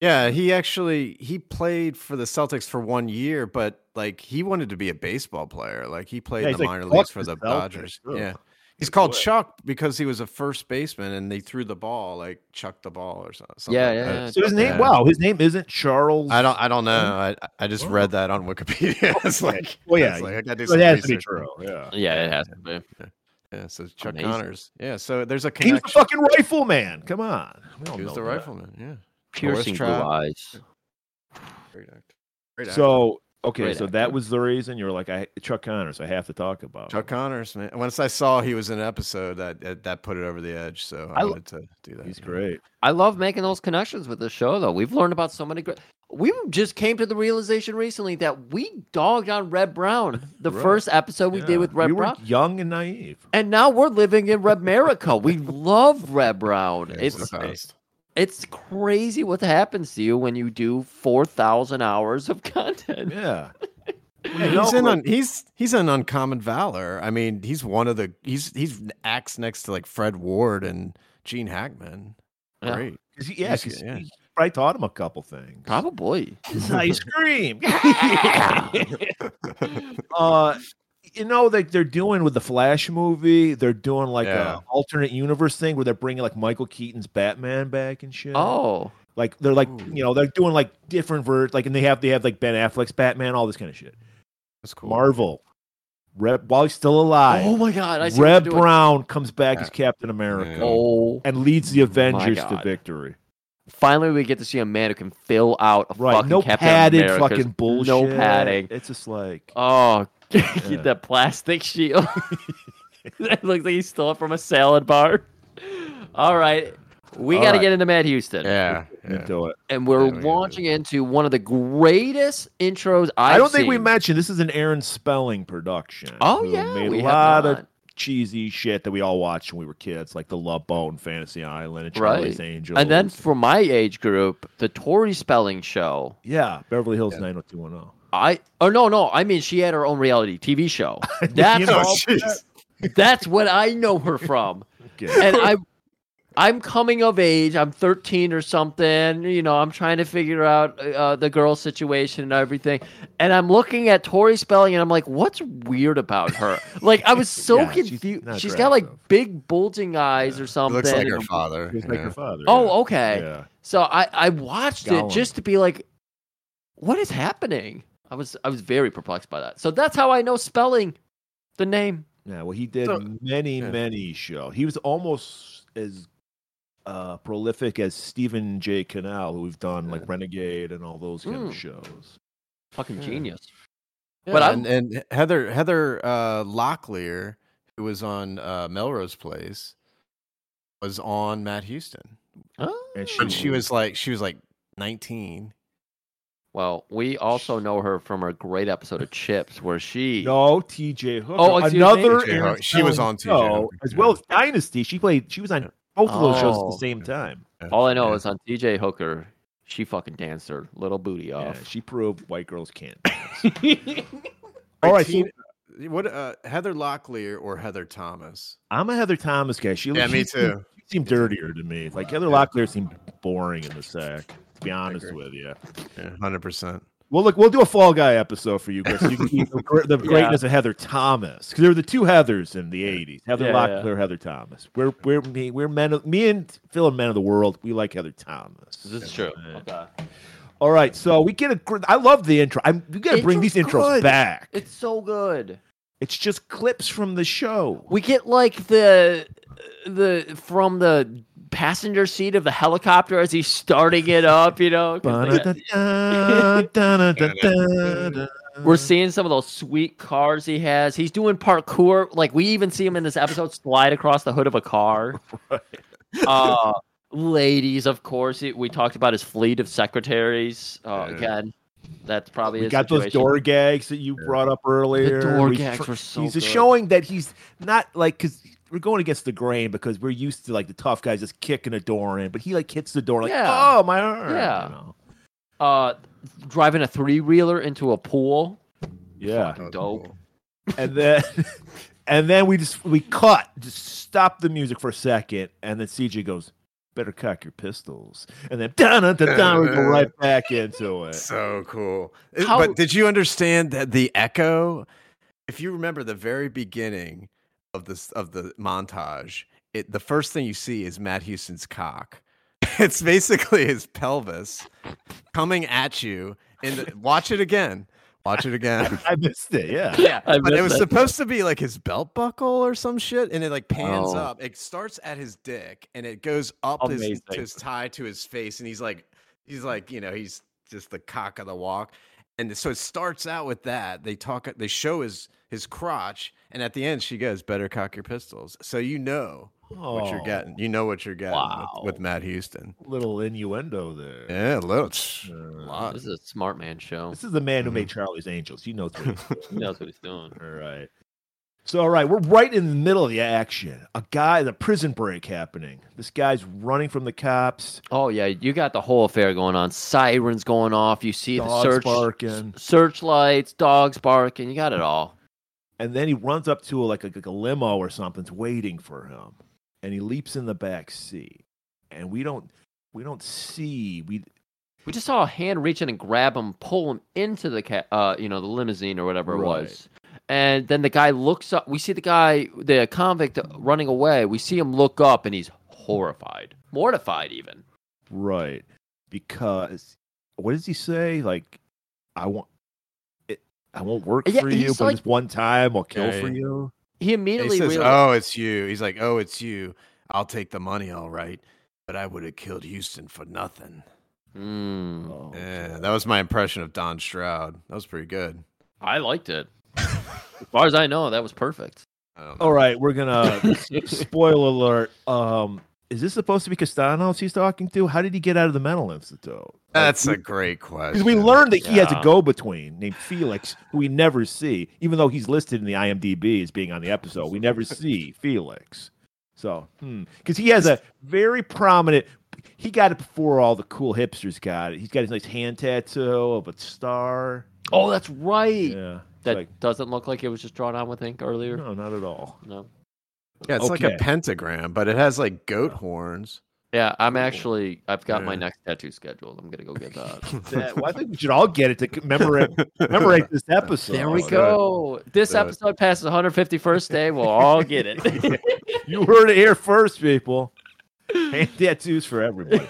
Yeah, he actually he played for the Celtics for one year, but like he wanted to be a baseball player. Like he played
Yeah,
in
he's
the
like,
minor
"Fuck
leagues for
the
the
Celtics,
Dodgers.
ugh."
Yeah. He's
Good
called
boy.
Chuck because he was a first baseman and they threw the ball, like chucked the ball or something. something
Yeah,
like
yeah,
that.
yeah.
So his name,
Yeah.
wow, his name isn't Charles.
I don't I don't know. I I just
Wow.
read that on Wikipedia. it's like
Well, yeah,
it's like, I gotta do
So
some
it has to be
research.
true. Yeah.
Yeah, it has to be.
Yeah, so it's Chuck
Amazing.
Connors. Yeah, so there's a
He's the
connection.
fucking rifle man. Come on. We all
He was
know
the
that.
rifleman. Yeah.
Piercing blue
Trout.
eyes.
Great actor. Great actor.
So okay,
Great
so
actor.
that was the reason you were like, I Chuck Connors. I have to talk about.
Chuck Connors, man. Once I saw he was in an episode, that that, that put it over the edge. So I,
I lo-
wanted to do that.
him. He's
yeah.
great.
I love making those connections with the show, though. We've learned about so many great. We just came to the realization recently that we dogged on Red Brown, the
Right.
first episode we
Yeah.
did with Red
we were
Brown,
young and naive.
and now we're living in Red America. we love Red Brown.
Yeah,
It's
the best.
it's crazy what happens to you when you do four thousand hours of content.
Yeah.
Yeah,
know,
he's in
like-
un, he's he's an uncommon valor. I mean, he's one of the he's he's acts next to like Fred Ward and Gene Hackman.
Yeah.
Great.
'Cause he- yeah,
He's-
'cause
yeah.
he probably taught him a couple things.
Probably.
This ice cream. uh, you know, like they're doing with the Flash movie, they're doing like
Yeah.
a alternate universe thing where they're bringing like Michael Keaton's Batman back and shit.
Oh,
like they're like
Ooh.
you know they're doing like different versions. Like and they have they have like Ben Affleck's Batman, all this kind of shit.
That's cool.
Marvel, Red, while he's still alive,
oh my God! I see what
Red
you're doing.
Brown comes back
Yeah.
as Captain America
Yeah.
Oh,
and leads the Avengers to
God.
victory.
finally we get to see a man who can fill out a
Right?
fucking
No
Captain
padded
America's-
fucking bullshit.
No padding.
It's just like
Oh,
Yeah.
get that plastic shield. that looks like he stole it from a salad bar. All right. We
All
got to
right.
get into Matt Houston.
Yeah.
Oh,
yeah.
Into it.
And we're
Yeah, we gotta do
launching into one of the greatest intros I've
I don't think we
seen.
mentioned this is an Aaron Spelling production.
Oh,
who
yeah.
made
we
a
have
lot of
not.
cheesy shit that we all watched when we were kids, like the Love Bone, Fantasy Island, and
Right.
Charlie's Angels.
And then for my age group, the Tori Spelling show.
yeah, Beverly Hills
Yeah.
90210.
I oh no no I mean she had her own reality TV show. That's
know.
Oh,
all,
jeez.
that's what I know her from.
Okay.
And I I'm coming of age. I'm 13 or something. You know I'm trying to figure out uh, the girl situation and everything. And I'm looking at Tori Spelling and I'm like, what's weird about her? Like I was so
Yeah, she's
confused.
not
she's got like
attractive.
big bulging eyes or
It
something.
looks like
and
her
I'm-
father.
Just like
yeah.
her father.
Oh okay.
Yeah.
So I I watched
Gollum.
it just to be like, what is happening? I was I was very perplexed by that. So that's how I know spelling the name.
Yeah, well, he did
So-
many,
yeah.
many show. He was almost as uh, prolific as Stephen J. Cannell, who we've done like Renegade and all those kind
Mm.
of shows.
Fucking
Yeah.
genius.
Yeah,
But I'm-
and, and Heather Heather uh, Locklear, who was on uh, Melrose Place, was on Matt Houston,
Oh.
And she
and she was like she was like nineteen.
Well, we also know her from her great episode of Chips, where she
No, T.J. Hooker.
Oh, excuse me.
another.
T.J.
Aaron
Hooker. She was
Spelling
on T.J.
show,
Hooker,
as
yeah.
well as Dynasty. She played. She was on both of those shows at
Oh.
the same time.
all I know is on DJ Hooker, she fucking danced her little booty
Yeah,
off.
she proved white girls can't. all right, so
Teen- what uh, Heather Locklear or Heather Thomas?
I'm a Heather Thomas guy. She
Yeah,
she
me
seemed-
too.
She seemed dirtier to me. Like Heather Locklear seemed boring in the sack. To be honest
agree.
with you.
Hundred percent.
Well, look, we'll do a Fall Guy episode for you, Chris. You can see the, gr- the greatness of Heather Thomas because there were the two Heathers in the '80s: Heather
Yeah,
Locklear,
yeah.
Heather Thomas. We're we're me, we're men. Of, me and Phil are men of the world. We like Heather Thomas.
This is true.
Uh, All right, so we get a. gr- I love the intro. I'm, we got to bring
Intro's
these intros
good.
back.
It's so good.
It's just clips from the show.
We get like the the from the passenger seat of the helicopter as he's starting it up, you know. 'cause they got- We're
We're
seeing some of those sweet cars he has. He's doing parkour. Like we even see him in this episode slide across the hood of a car. Uh, ladies, of course. he- we talked about his fleet of secretaries. Uh,
Yeah.
Again, that's probably
We
his
got those
situation.
door gags that you brought up earlier.
door
We
gags were so
He's
good.
showing that he's not like because we're going against the grain because we're used to like the tough guys just kicking a door in, but he like hits the door like,
Yeah.
oh my arm.
Yeah.
you know?
Uh, driving a three wheeler into a pool.
yeah.
Dope.
and then and then we just we cut, just stop the music for a second, and then CJ goes, "Better cock your pistols," and then dun dun dun dun, we go right back into it.
So cool. It-
How-
But did you understand that the echo? If you remember the very beginning of this of the montage, it the first thing you see is Matt Houston's cock. It's basically his pelvis coming at you. And watch it again. Watch it again.
I missed it. Yeah.
Yeah,
I
but it
missed
was
that.
supposed to be like his belt buckle or some shit, and it like pans
Oh.
up. It starts at his dick and it goes up his,
Amazing.
to his tie to his face, and he's like, he's like, you know, he's just the cock of the walk. And so it starts out with that. They talk, they show his his crotch, and at the end she goes, "Better cock your pistols." So you know what you're
Oh,
getting. You know what you're getting
Wow.
with, with Matt Houston.
Little innuendo there.
Yeah, look,
Uh,
lot.
This is a smart man show.
This is the man who made
Mm-hmm.
Charlie's Angels. He knows what he's
He knows what he's doing.
All right. So, all right, we're right in the middle of the action. A guy, the prison break happening. This guy's running from the cops.
Oh yeah, you got the whole affair going on. Sirens going off. You see the
Dogs
search
barking.
searchlights, dogs barking. You got it all.
and then he runs up to like a, like a limo or something's waiting for him and he leaps in the back seat and we don't we don't see we
We just saw a hand reach in and grab him, pull him into the ca- uh, you know, the limousine or whatever it
Right.
was. And then the guy looks up. We see the guy, the convict, running away. We see him look up, and he's horrified, mortified, even.
right because what does he say like i won't it, i won't work
Yeah,
for you
he's
but
like-
just one time i'll kill
Yeah,
for
yeah.
you
He
He
immediately
says,
realized,
"Oh, it's you." He's like, "Oh, it's you. I'll take the money, all right." But I would have killed Houston for nothing.
Hmm,
oh,
Yeah, that was my impression of Don Stroud. That was pretty good.
"I liked it." as far as I know, that was perfect.
I don't know.
all right we're gonna s- spoiler alert um is this supposed to be Castanos he's talking to? How did he get out of the mental institute?
That's a great question.
Because we learned that he has a
Yeah.
go-between named Felix, who we never see, even though he's listed in the IMDb as being on the episode. We never see Felix. So, because he has a very prominent, he got it before all the cool hipsters got it. He's got his nice hand tattoo of a star.
Oh, that's right.
Yeah, It's
That
like,
doesn't look like it was just drawn on with ink earlier.
no, not at all.
No.
Yeah, it's like
Okay.
a pentagram, but it has like goat horns.
Yeah, I'm actually. I've got my
Yeah.
next tattoo scheduled. I'm gonna go get that.
That- well, I think we should all get it to commemorate commemorate this episode.
There we
Oh,
go. This
Good.
episode passes 151st day. We'll all get it.
You heard it here first, people. Hand tattoos for everybody.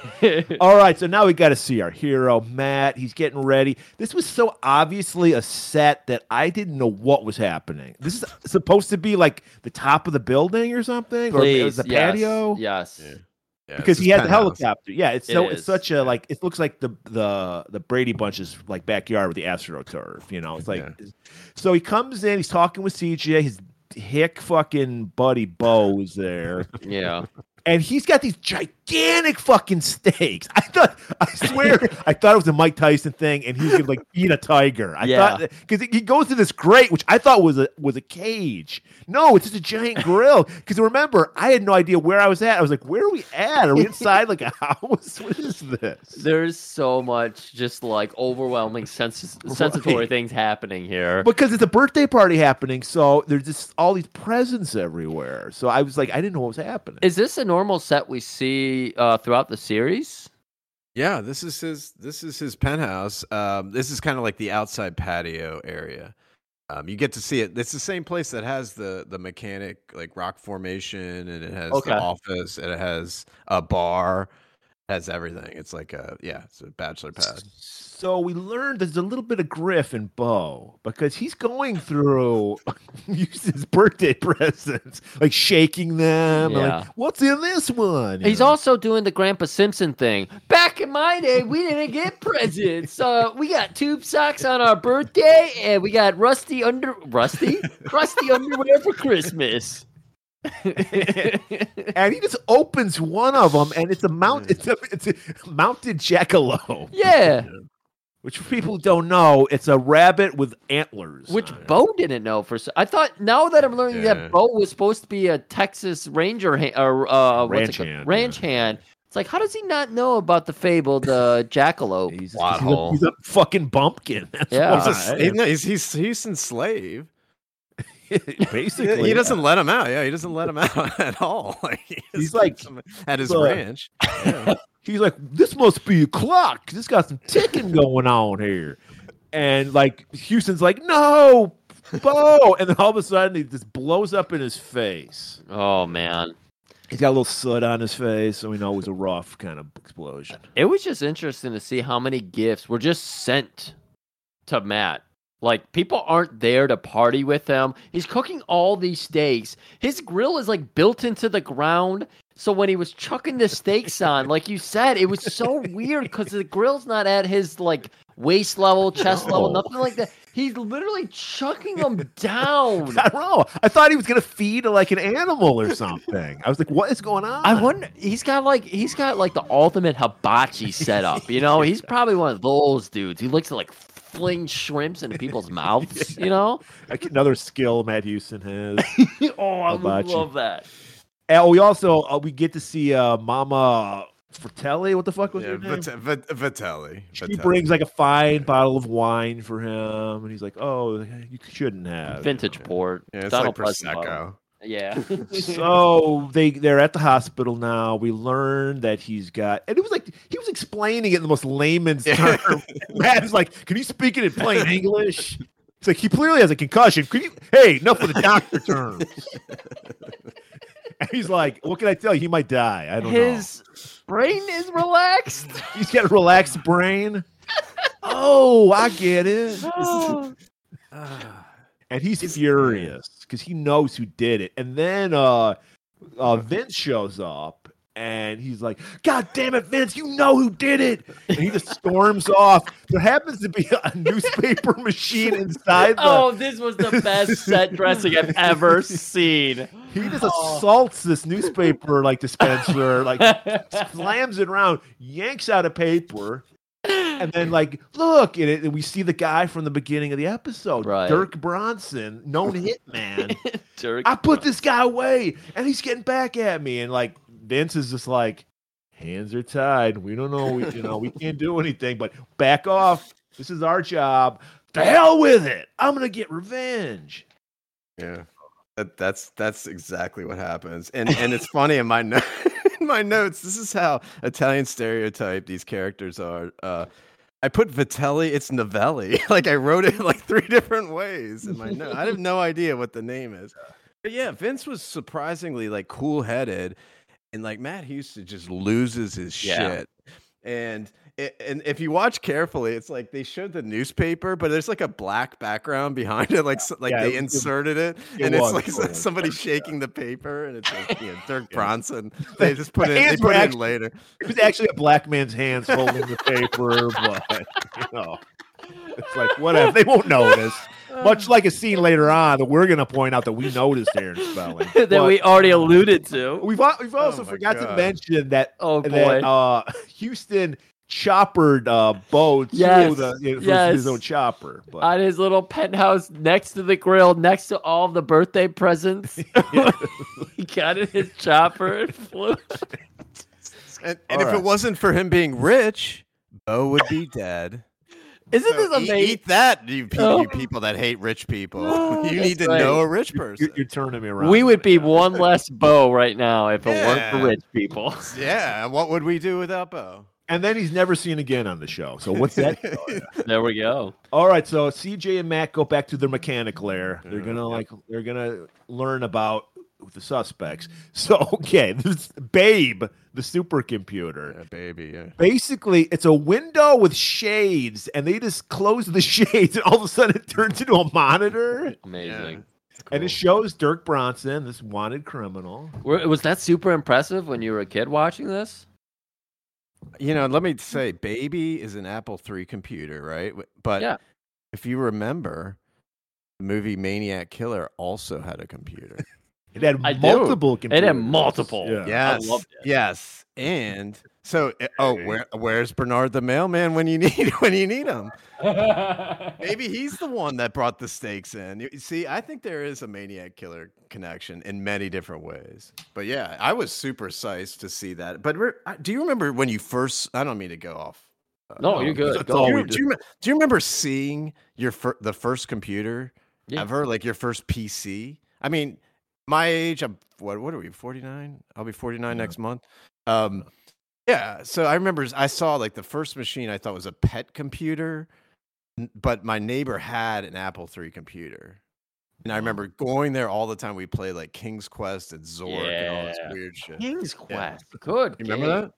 All right, so now we got to see our hero, Matt. He's getting ready. This was so obviously a set that I didn't know what was happening. This is supposed to be like the top of the building or something, or it was
Please,
the
yes,
patio.
Yes.
Yeah. Yeah,
Because
it's
he
his
had the
penthouse.
helicopter. Yeah, it's
It
so it's
is,
such a like it looks like the the the Brady Bunch's like backyard with the AstroTurf. You know, it's like so he comes in, he's talking with CJ, his hick fucking buddy Bo is there
Yeah.
and he's got these gigantic fucking steaks. I thought, I swear, I thought it was a Mike Tyson thing, and he's gonna like eat a tiger. I
Yeah.
thought because he goes to this grate, which I thought was a was a cage. No, it's just a giant grill. Because remember, I had no idea where I was at. I was like, "Where are we at? Are we inside like a house? What is this?"
There's so much just like overwhelming sens- sensatory
Right.
things happening here.
Because it's a birthday party happening, so there's just all these presents everywhere. So I was like, I didn't know what was happening.
Is this a normal set we see uh, throughout the series?
Yeah, this is his this is his penthouse. Um, this is kind of like the outside patio area. Um, you get to see it. It's the same place that has the the mechanic like rock formation, and it has
Okay.
the office, and it has a bar, it has everything. It's like a yeah, it's a bachelor pad.
So we learned there's a little bit of Griff in Bo because he's going through his birthday presents, like shaking them. and
Yeah.
Like, What's in this one? You
He's
know?
also doing the Grandpa Simpson thing. Back in my day, we didn't get presents. Uh, we got tube socks on our birthday, and we got rusty under rusty crusty underwear for Christmas.
and he just opens one of them, and it's a mount.
Yeah.
It's a, it's a mounted jackalope,
yeah,
which for people who don't know, it's a rabbit with antlers.
which
on it.
Bo didn't know for. s- I thought now that I'm learning
Yeah.
that Bo was supposed to be a Texas Ranger ha- or uh, what's
Ranch
it called?
hand,
ranch hand. It's like how does he not know about the fabled uh, jackalope?
he's, he's,
plot
a,
hole.
he's a fucking bumpkin. That's
Yeah.
He's, a,
why.
s- he- no, he's he's he's enslaved. He,
basically
he doesn't let him out. Yeah, he doesn't let him out at all. Like, he just
He's like-
keeps him at his
so-
ranch. Yeah.
he's like, this must be a clock. This got some ticking going on here. And like Houston's like, no, Bo. And then all of a sudden he just blows up in his face.
Oh man.
He's got a little soot on his face, so we know it was a rough kind of explosion.
It was just interesting to see how many gifts were just sent to Matt. Like people aren't there to party with him. He's cooking all these steaks. His grill is like built into the ground. So when he was chucking the steaks on, like you said, it was so weird because the grill's not at his like waist level, chest level,
No.
nothing like that. He's literally chucking them down.
I don't know. I thought he was gonna feed like an animal or something. I was like, what is going on?
I wonder. He's got like he's got like the ultimate hibachi setup. You know, he's probably one of those dudes who likes to like fling shrimps into people's mouths. You know.
Like, Another skill Matt Houston has.
oh, I would
Hibachi.
love that.
and we also uh, we get to see uh, Mama Fratelli. What the fuck was
Yeah,
her name?
Vite- Vite- Vitelli.
She
Vitelli.
brings like a fine bottle of wine for him, and he's like, "Oh, you shouldn't have."
Vintage port.
Yeah, it's
Donald
like
Pleasant bottle.
prosecco.
Yeah.
so they they're at the hospital now. We learn that he's got, and it was like he was explaining it in the most layman's
Yeah.
term. Matt's like, "Can you speak it in plain English?" It's like he clearly has a concussion. Could you? Hey, enough with the doctor terms. and he's like, "What can I tell you? He might die. I don't
His brain is relaxed.
know. He's got a relaxed brain." oh, I get it. and he's furious because he knows who did it. And then uh, uh, Vince shows up, and he's like, "God damn it, Vince! You know who did it!" And he just storms off. There happens to be a newspaper machine inside. The,
Oh, this was the best set dressing I've ever seen.
He just assaults this newspaper like dispenser, like slams it around, yanks out a paper, and then like, look, and, it, and we see the guy from the beginning of the episode,
Right.
Dirk Bronson, known hitman.
Dirk.
I put this guy away, and he's getting back at me, and like Vince is just like, hands are tied. We don't know, we, you know, we can't do anything, but back off. This is our job. To hell with it. I'm gonna get revenge.
Yeah. That, that's that's exactly what happens. And and it's funny in my no- in my notes, this is how Italian stereotype these characters are. Uh I put Vitelli, it's Novelli. Like I wrote it like three different ways in my note. I have no idea what the name is. But yeah, Vince was surprisingly like cool headed and like Matt Houston just loses his
Yeah.
shit. And it, and if you watch carefully, it's like they showed the newspaper, but there's like a black background behind it, like s- like
Yeah,
they
it- it-
inserted it,
It
and
was
it's like
cool.
somebody shaking the paper, and it's like you know, Dirk Bronson. They just put
the
it. They
hands were
put it in
actually-
later.
It was actually a black man's hands holding the paper, but you know, it's like whatever. They won't notice. Much like a scene later on that we're gonna point out that we noticed here in spelling.
that
But
we already alluded to.
we've al- we've also
my
forgot to
God.
mention that
Oh boy.
that uh, Houston choppered uh, Bo to
Yes,
the it was
yes.
his own chopper. But
on his little penthouse next to the grill, next to all the birthday presents. he got in his chopper and flew.
And,
All
and if
right.
it wasn't for him being rich, Bo would be dead.
Isn't
So
this
eat,
amazing?
eat that, you, pe-
Oh.
you people that hate rich people.
No,
you
that's
need to
right.
know a rich
you're,
person.
you're turning me around.
We would be one less bow right now if it weren't
Yeah.
for rich people.
yeah, and what would we do without Bo?
and then he's never seen again on the show. So what's that?
There we go.
All right, so CJ and Matt go back to their mechanic lair. They're
Yeah,
gonna
yep.
like they're gonna learn about the suspects. So okay, this Babe, the supercomputer.
Yeah, baby, yeah.
Basically, it's a window with shades, and they just close the shades, and all of a sudden it turns into a monitor,
Amazing.
and it shows Dirk Bronson, this wanted criminal.
Were- Was that super impressive when you were a kid watching this?
You know, let me say, Baby is an Apple III computer, right? W- But
Yeah.
if you remember, the movie Maniac Killer also had a computer.
It had
I do.
multiple
It
computers.
had multiple.
Yeah.
yes,
loved it.
yes, and so i- oh, where where's Bernard the mailman when you need when you need him? Maybe he's the one that brought the stakes in. You- See, I think there is a Maniac Killer connection in many different ways. But yeah, I was super psyched to see that. But re- I- do you remember when you first? I don't mean to go off. uh,
No, you're
on-
good.
that's
Go.
all
Do
we
you, do, you, rem- do you remember seeing your fir- the first computer
Yeah.
ever, like your first PC? I mean, my age, I'm what? What are we? Forty nine? I'll be forty nine
Yeah.
next month. Um, yeah. So I remember s- I saw like the first machine I thought was a pet computer, n- but my neighbor had an Apple III computer. And I remember going there all the time. We played like King's Quest and Zork and all this
Yeah.
weird shit. You
King's Quest. Good.
remember
game.
that?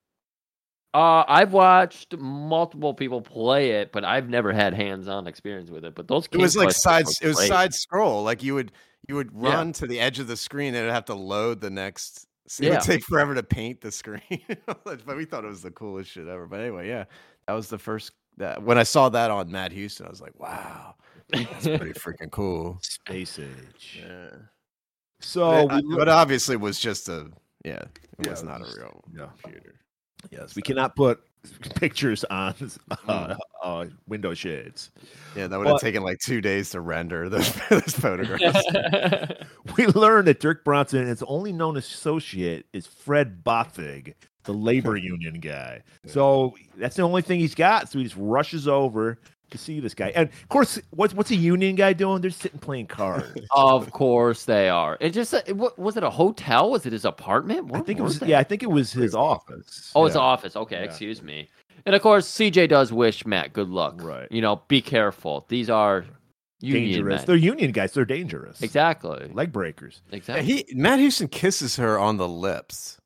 Uh, I've watched multiple people play it, but I've never had hands-on experience with it. But those
It was
King's
like
Quest
side.
games
It
were
was
great.
side scroll. Like you would you would
Yeah.
run to the edge of the screen and it'd have to load the next. So it
Yeah.
would take forever to paint the screen. but we thought it was the coolest shit ever. But anyway, yeah, that was the first. That, when I saw that on Matt Houston, I was like, wow, that's pretty freaking cool.
Space Age.
Yeah.
So,
But,
Oh, we,
I- but obviously, it was just a yeah. It
Yeah,
was
it
not
was-
a real
yeah.
computer.
yes, we cannot put pictures on uh, uh, window shades.
Yeah, that would have
But-
taken like two days to render those, those photographs.
We learn that Dirk Bronson, his only known associate, is Fred Bothig, the labor union guy. So that's the only thing he's got. So he just rushes over to see this guy. And of course, what's what's a union guy doing? They're sitting playing cards.
of course they are. It just it, wa- was it a hotel? Was it his apartment?
I
Where
think it was.
they?
Yeah, I think it was his office.
Oh, it's
Yeah.
office. Okay,
Yeah.
excuse me. And of course, CJ does wish Matt good luck.
Right.
You know, be careful. These are union
dangerous.
men.
They're union guys. They're dangerous.
Exactly.
Leg breakers.
Yeah,
Exactly.
he Matt Houston kisses her on the lips.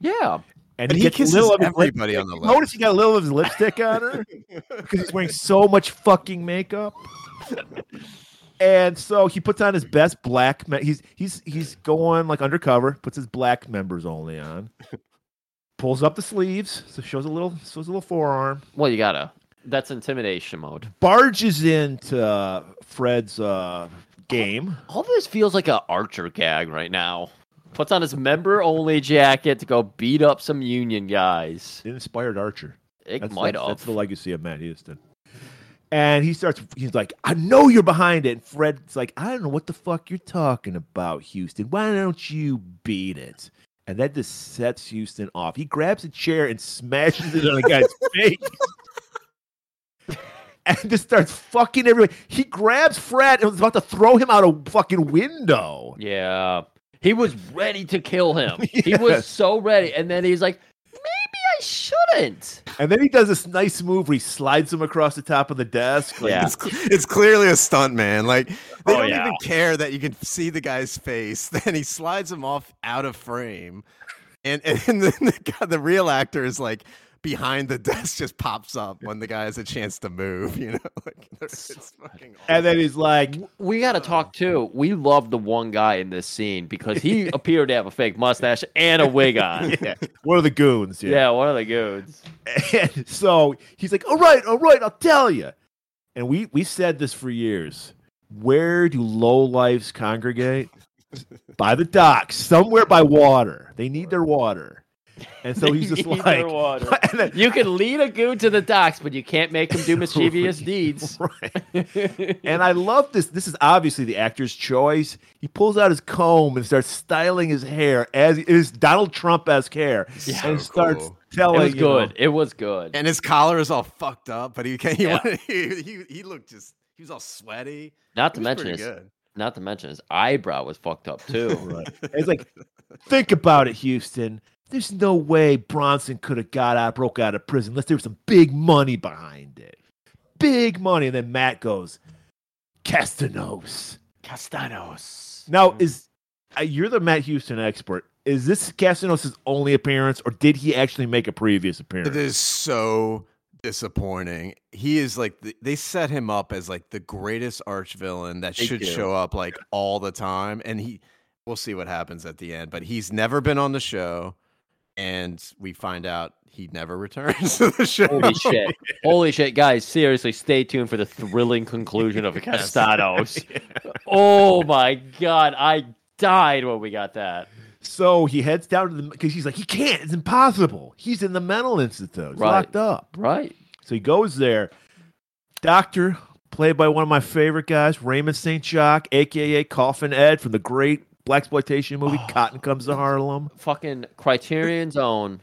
yeah.
And,
And
he,
he
gets a
kisses
little of his
everybody on the
lipstick.
left.
Notice he got a little of his lipstick on her because he's wearing so much fucking makeup. And so he puts on his best black. Me- he's he's he's going like undercover. Puts his black members only on, pulls up the sleeves, so shows a little shows a little forearm.
Well, you gotta. That's intimidation mode.
Barges into uh, Fred's uh, game.
All this feels like a Archer gag right now. Puts on his member only jacket to go beat up some Union guys.
It inspired Archer.
It
That's,
might
that's,
have.
that's the legacy of Matt Houston. And he starts. He's like, "I know you're behind it." And Fred's like, "I don't know what the fuck you're talking about, Houston. Why don't you beat it?" And that just sets Houston off. He grabs a chair and smashes it on a guy's face, and just starts fucking everyone. He grabs Fred and was about to throw him out a fucking window.
Yeah. He was ready to kill him. He was
Yes.
so ready. And then he's like, maybe I shouldn't.
And then he does this nice move where he slides him across the top of the desk. Like,
Yeah.
It's, cl- it's clearly a stunt man. Like they
Oh,
don't
yeah.
even care that you can see the guy's face. Then he slides him off out of frame, and and then the guy, the real actor is like behind the desk, just pops up when the guy has a chance to move. You know, like it's fucking.
And then he's like,
We got to talk too. We love the one guy in this scene because he appeared to have a fake mustache and a wig on.
yeah, "What are the goons?"
yeah. one of the goons.
And so he's like, "All right, all right, I'll tell you." And we we said this for years. Where do low lives congregate? by the docks, somewhere by water. They need their water. And so he's just
Need
like,
their water.
and then-
You can lead a goon to the docks, but you can't make him do mischievous deeds.
right. And I love this. This is obviously the actor's choice. He pulls out his comb and starts styling his hair as it is Donald Trump esque hair,
Yeah.
and
So
starts
cool.
telling.
it was
Oh, you know,
good. It was good.
And his collar is all fucked up, but he can he,
Yeah.
wanted- he, he he looked just he was all sweaty.
not
He
to
was
mention
pretty
his,
good.
not to mention his eyebrow was fucked up too.
Right. It's like, think about it, Houston. There's no way Bronson could have got out, broke out of prison unless there was some big money behind it. Big money. And then Matt goes, Castanos.
Castanos.
Now, is uh, you're the Matt Houston expert. Is this Castanos' only appearance, or did he actually make a previous appearance?
It is so disappointing. He is like the, they set him up as like the greatest arch villain that
They
should
do.
show up like all the time, and he. We'll see what happens at the end, but he's never been on the show, and we find out he never returns to the show.
Holy shit. Holy shit, guys. Seriously, stay tuned for the thrilling conclusion of Castanos. oh my god, I died when we got that.
So he heads down to the because he's like, he can't. It's impossible. He's in the mental institute. He's
Right.
locked up.
Right.
So he goes there. Doctor, played by one of my favorite guys, Raymond St. Jacques, aka Coffin Ed from the great black exploitation
Oh.
movie Cotton Comes to Harlem.
Fucking Criterion Zone.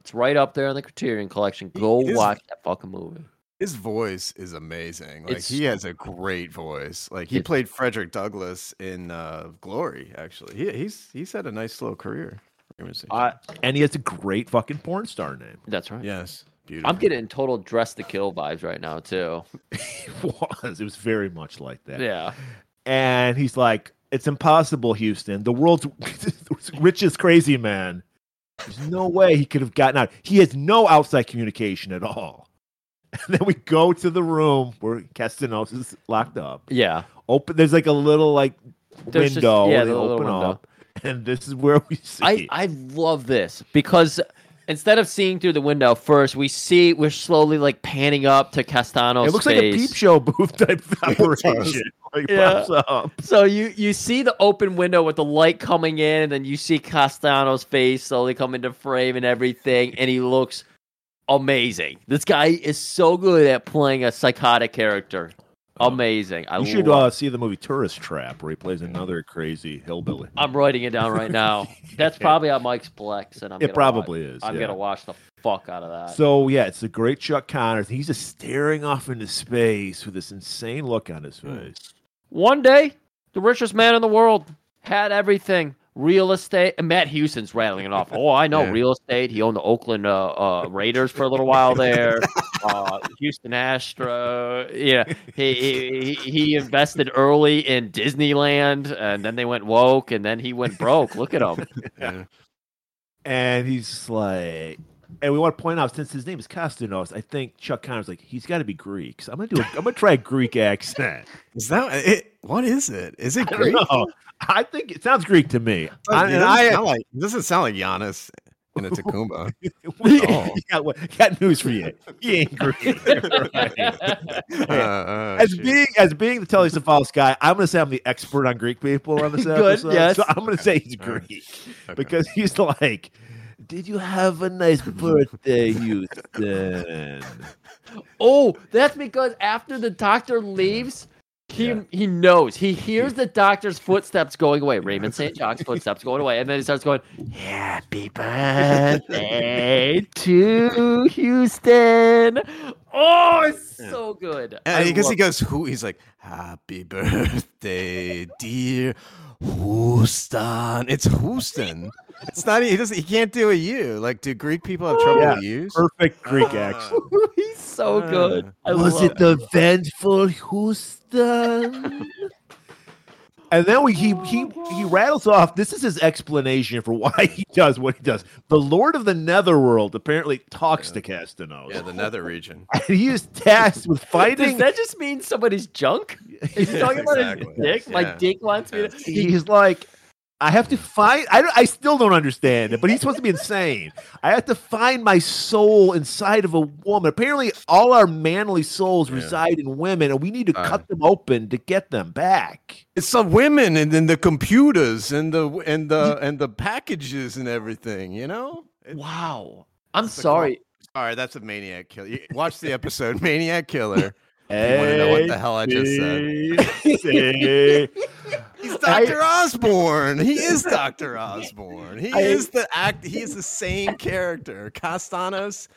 It's right up there in the Criterion collection. Go
It is-
watch that fucking movie.
His voice is amazing. Like
It's
he has a great voice. Like he
It-
played Frederick Douglass in uh, Glory. Actually, he, he's he's had a nice little career. Raymond St.
I,
And he has a great fucking porn star name.
that's right.
Yes, beautiful.
I'm getting total dress to kill vibes right now too.
It was. It was very much like that.
Yeah.
And he's like, It's impossible, Houston. The world's richest crazy man. There's no way he could have gotten out. He has no outside communication at all. And then we go to the room where Castanos is locked up.
Yeah.
open. There's like a little like
There's just-
window.
yeah,
where they
the little
open
window.
up, and this is where we see.
I, I love this because instead of seeing through the window first, we see we're slowly like panning up to Castano's
it looks like a
face.
peep show booth type operation. like
Yeah.
pops up.
So you you see the open window with the light coming in, and then you see Castano's face slowly come into frame and everything, and he looks amazing. This guy is so good at playing a psychotic character. Amazing. I
Oh. You should
love-
uh, see the movie Tourist Trap, where he plays another crazy hillbilly.
I'm writing it down right now. That's probably on Mike's Plex, and I'm
It
gonna
probably
watch-
is,
I'm
yeah.
gonna watch the fuck out of that.
So yeah, it's the great Chuck Connors. He's just staring off into space with this insane look on his face.
One day, the richest man in the world had everything. Real estate. And Matt Houston's rattling it off. Oh, I know
Yeah.
real estate. He owned the Oakland uh, uh, Raiders for a little while there. Uh, Houston Astro. Yeah, he, he he- he invested early in Disneyland, and then they went woke, and then he went broke. Look at him.
Yeah.
And he's just like. And we want to point out since his name is Costanos, I think Chuck Connors like he's got to be Greek. So I'm gonna do. A, I'm gonna try a Greek accent.
Is that it? What is it? Is it
I don't
Greek? Oh,
know. I think it sounds Greek to me. I,
Doesn't- it
and
doesn't
I- uh,
sound like, it doesn't sound like Giannis. in a Tacoma.
We-
Oh.
got, what- got news for you. He ain't green.
Uh, uh,
As
shoot.
being as being the Telly Savalas guy, I'm going to say I'm the expert on Greek people on this
Good,
episode.
yes.
So I'm going to say he's
All right.
Greek
Okay.
because he's like, "Did you have a nice birthday, Houston?"
Oh, that's because after the doctor leaves, he
Yeah.
he knows. He hears the doctor's footsteps going away. Raymond St. John's footsteps going away. And then he starts going, Happy birthday to Houston. Oh, it's so good. I
And because
love-
he goes, who? He's like, happy birthday, dear Houston. It's Houston. It's not. He doesn't. He can't do a U. Like, do Greek people have trouble
Yeah.
with U's?
Perfect Greek
Ah.
accent.
he's so good. I
Was
love
it the vengeful Houston? and then we he he he rattles off. This is his explanation for why he does what he does. The Lord of the Netherworld apparently talks to Castanos.
Yeah, the nether region.
and he is tasked with
Does
finding.
that just mean somebody's junk? He's talking about
Exactly.
his dick. My
Yeah.
dick wants me to.
He's like, I have to find. I don't, I still don't understand it, but he's supposed to be insane. I have to find my soul inside of a woman. Apparently, all our manly souls
Yeah.
reside in women, and we need to
Uh.
cut them open to get them back.
It's the women and then the computers and the and the and the packages and everything. You know. It's-
Wow. I'm
It's a
sorry.
All right, that's a maniac killer. You- Watch the episode, Maniac Killer. If you want to know what
Hey,
the hell I just said?
say-
He's
I-
Doctor Osborne. He is Doctor Osborne. He
I-
is the act. He is the same character. Castanos.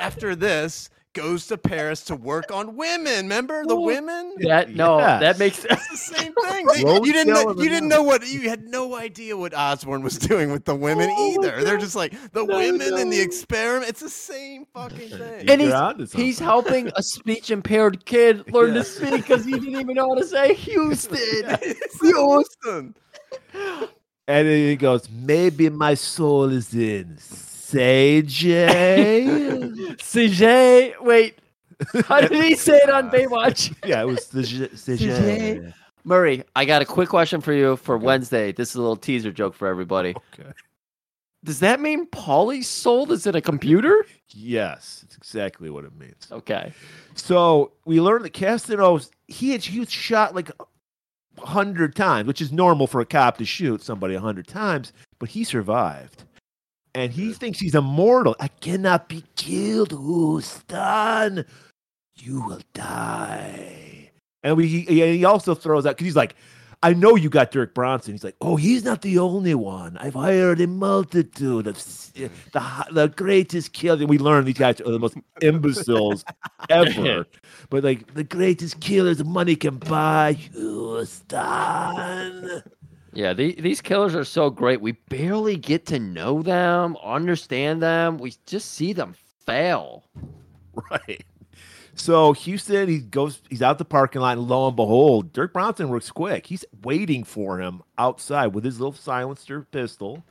After this, goes to Paris to work on women. Remember the
Ooh.
women?
That no, that
Yes.
makes
It's the same thing. They-
Road
you didn't.
kill
Know,
and
you didn't
remove.
know what. You had no idea what Osborne was doing with the women
Oh my
either. They're
God.
just like the
No,
women and the
no.
experiment. It's the same fucking thing.
And
You're
he's-
onto
He's
something.
helping a speach impaired kid learn
Yeah.
to speak because he didn't even know how to say Houston.
It's awesome.
and then he goes, maybe my soul is in Sage.
CJ, wait, how did he say it on Baywatch?
yeah, it was the j- the
Sujet.
j-
Murray, I got a quick question for you for Wednesday. This is a little teaser joke for everybody.
Okay.
Does that mean Polly's soul is in a computer?
Yes, it's exactly what it means.
Okay.
So we learned that Castanos he had he was shot like a hundred times, which is normal for a cop to shoot somebody a hundred times, but he survived. And he thinks he's immortal. I cannot be killed, Houston. You will die. And we he, he also throws out because he's like, I know you got Dirk Bronson. He's like, oh, he's not the only one. I've hired a multitude of s- the hi- the greatest killers. And we learn these guys are the most imbeciles ever. But like the greatest killers money can buy, Houston.
Yeah, the, these killers are so great. We barely get to know them, understand them. We just see them fail.
Right. So Houston, he goes, he's out the parking lot, and lo and behold, Dirk Bronson works quick. He's waiting for him outside with his little silencer pistol.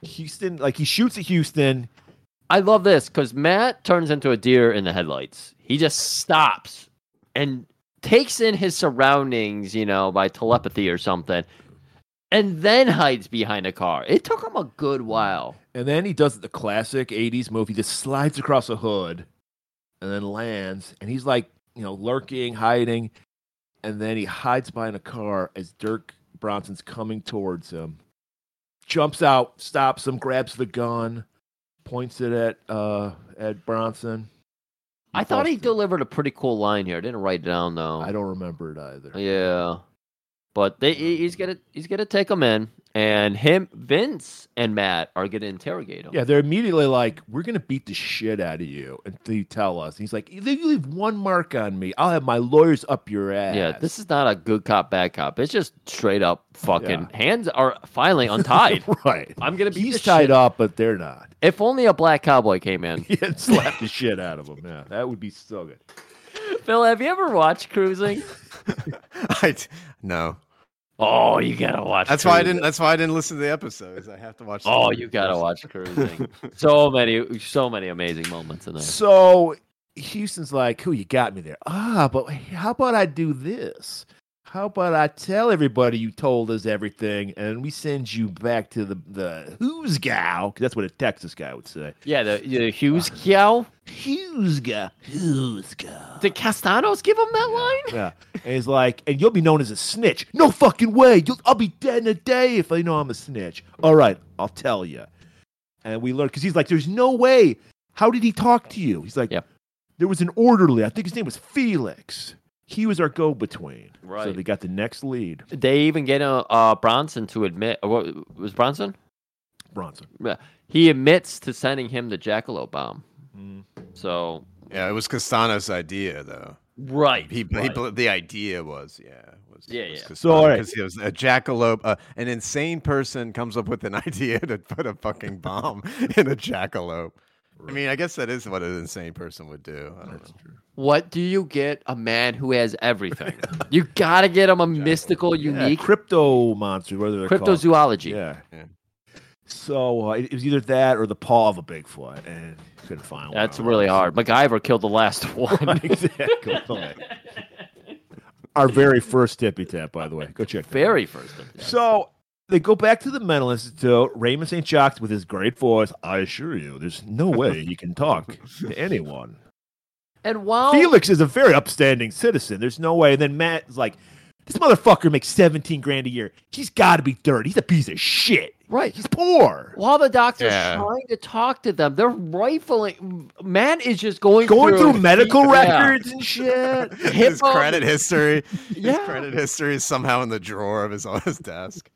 Houston, like he shoots at Houston.
I love this because Matt turns into a deer in the headlights. He just stops and takes in his surroundings, you know, by telepathy or something, and then hides behind a car. It took him a good while.
And then he does the classic 80s move. He just slides across a hood and then lands. And he's like, you know, lurking, hiding. And then he hides behind a car as Dirk Bronson's coming towards him. Jumps out, stops him, grabs the gun, points it at uh, at Bronson.
I thought he
busts it.
delivered a pretty cool line here. I didn't write it down though.
I don't remember it either.
Oh, Yeah, but they, he- he's gonna he's gonna take him in, and him Vince and Matt are gonna interrogate him.
Yeah, they're immediately like, "We're gonna beat the shit out of you," and they tell us. He's like, "If you leave one mark on me, I'll have my lawyers up your ass."
Yeah, this is not a good cop, bad cop. It's just straight up fucking hands are finally untied.
right.
I'm gonna be
He's tied up, but they're not.
If only a black cowboy came in.
Yeah, slap the shit out of him. Yeah, that would be so good.
Phil, have you ever watched Cruising?
I d- no.
Oh, you gotta watch.
That's why I
Cruising.
didn't. That's why I didn't listen to the episodes. I have to watch. the
Oh,
movie
you gotta
first.
watch Cruising. so many, so many amazing moments in there.
So Houston's like, "Who you got me there?" Ah, but how about I do this? How about I tell everybody you told us everything, and we send you back to the the who's gal? 'cause that's what a Texas guy would say.
Yeah, the, the Hughes Kyo.
Who's gal? Who's gal?
Did Castanos give him that line?
Yeah, and he's like, and you'll be known as a snitch. No fucking way. You'll, I'll be dead in a day if I know I'm a snitch. All right, I'll tell you. And we learn because he's like, there's no way. How did he talk to you? He's like,
Yep.
there was an orderly. I think his name was Felix. He was our go-between. So
Right.
they got the next lead,
They even get uh, uh, Bronson to admit. uh, What was Bronson?
Bronson.
He admits to sending him the jackalope bomb. Mm. So
Yeah, it was Castano's idea though.
right,
He, he bl- the idea was yeah. Was,
Yeah,
was
yeah.
So, all right.
because he was a jackalope. Uh, an insane person comes up with an idea to put a fucking bomb in a jackalope. I mean, I guess that is what an insane person would do. I don't know.
what do you get a man who has everything? you gotta get him a mystical,
Yeah,
unique
crypto monster, whatever they're called.
cryptozoology.
Yeah.
Yeah.
So uh, it, it was either that or the paw of a Bigfoot, and couldn't find one.
That's really hard. MacGyver killed the last one.
exactly. Our very first tippy tap, by the way. Go check. that out.
Very first. attempt.
So they go back to the mental institute. Raymond St. Jacques, with his great voice, I assure you, there's no way he can talk to anyone.
And while
Felix is a very upstanding citizen. There's no way. And then Matt is like, this motherfucker makes 17 grand a year. He's got to be dirty. He's a piece of shit.
right,
He's poor.
while the doctor's
Yeah.
trying to talk to them, they're rifling. Man is just going
Going
through,
through medical
Yeah.
records and shit.
his
Hippo-
credit history. His
Yeah.
credit history is somehow in the drawer of his on his desk.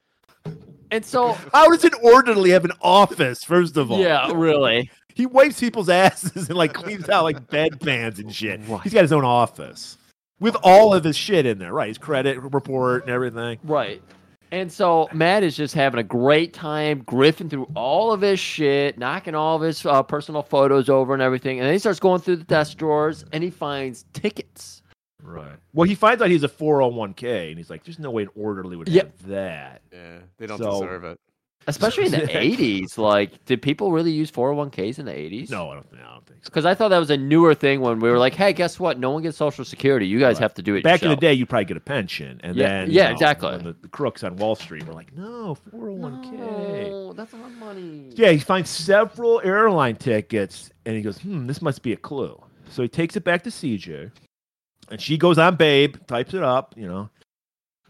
And so,
How does an orderly have an office, first of all?
yeah, really.
He wipes people's asses and like cleans out like bedpans and shit. He's got his own office with all of his shit in there, right? His credit report and everything.
Right. And so Matt is just having a great time griffing through all of his shit, knocking all of his uh, personal photos over and everything. And then he starts going through the desk drawers and he finds tickets.
Right. Well, he finds out he's a 401k and he's like, there's no way an orderly would
Yeah.
have that.
Yeah, they don't
So-
deserve it.
Especially in the
Yeah.
80s. Like, did people really use 401ks in the 80s?
No, I don't, I don't think so.
Because I thought that was a newer thing when we were like, hey, guess what? No one gets Social Security. You guys
Right.
have to do it
Back in the
yourself."
day, you'd probably get a pension. And
Yeah,
then, you
yeah,
know,
exactly.
when The, the crooks on Wall Street were like, no, 401k.
No, that's a lot of money.
Yeah, he finds several airline tickets and he goes, hmm, this must be a clue. So he takes it back to CJ and she goes on Babe, types it up, you know.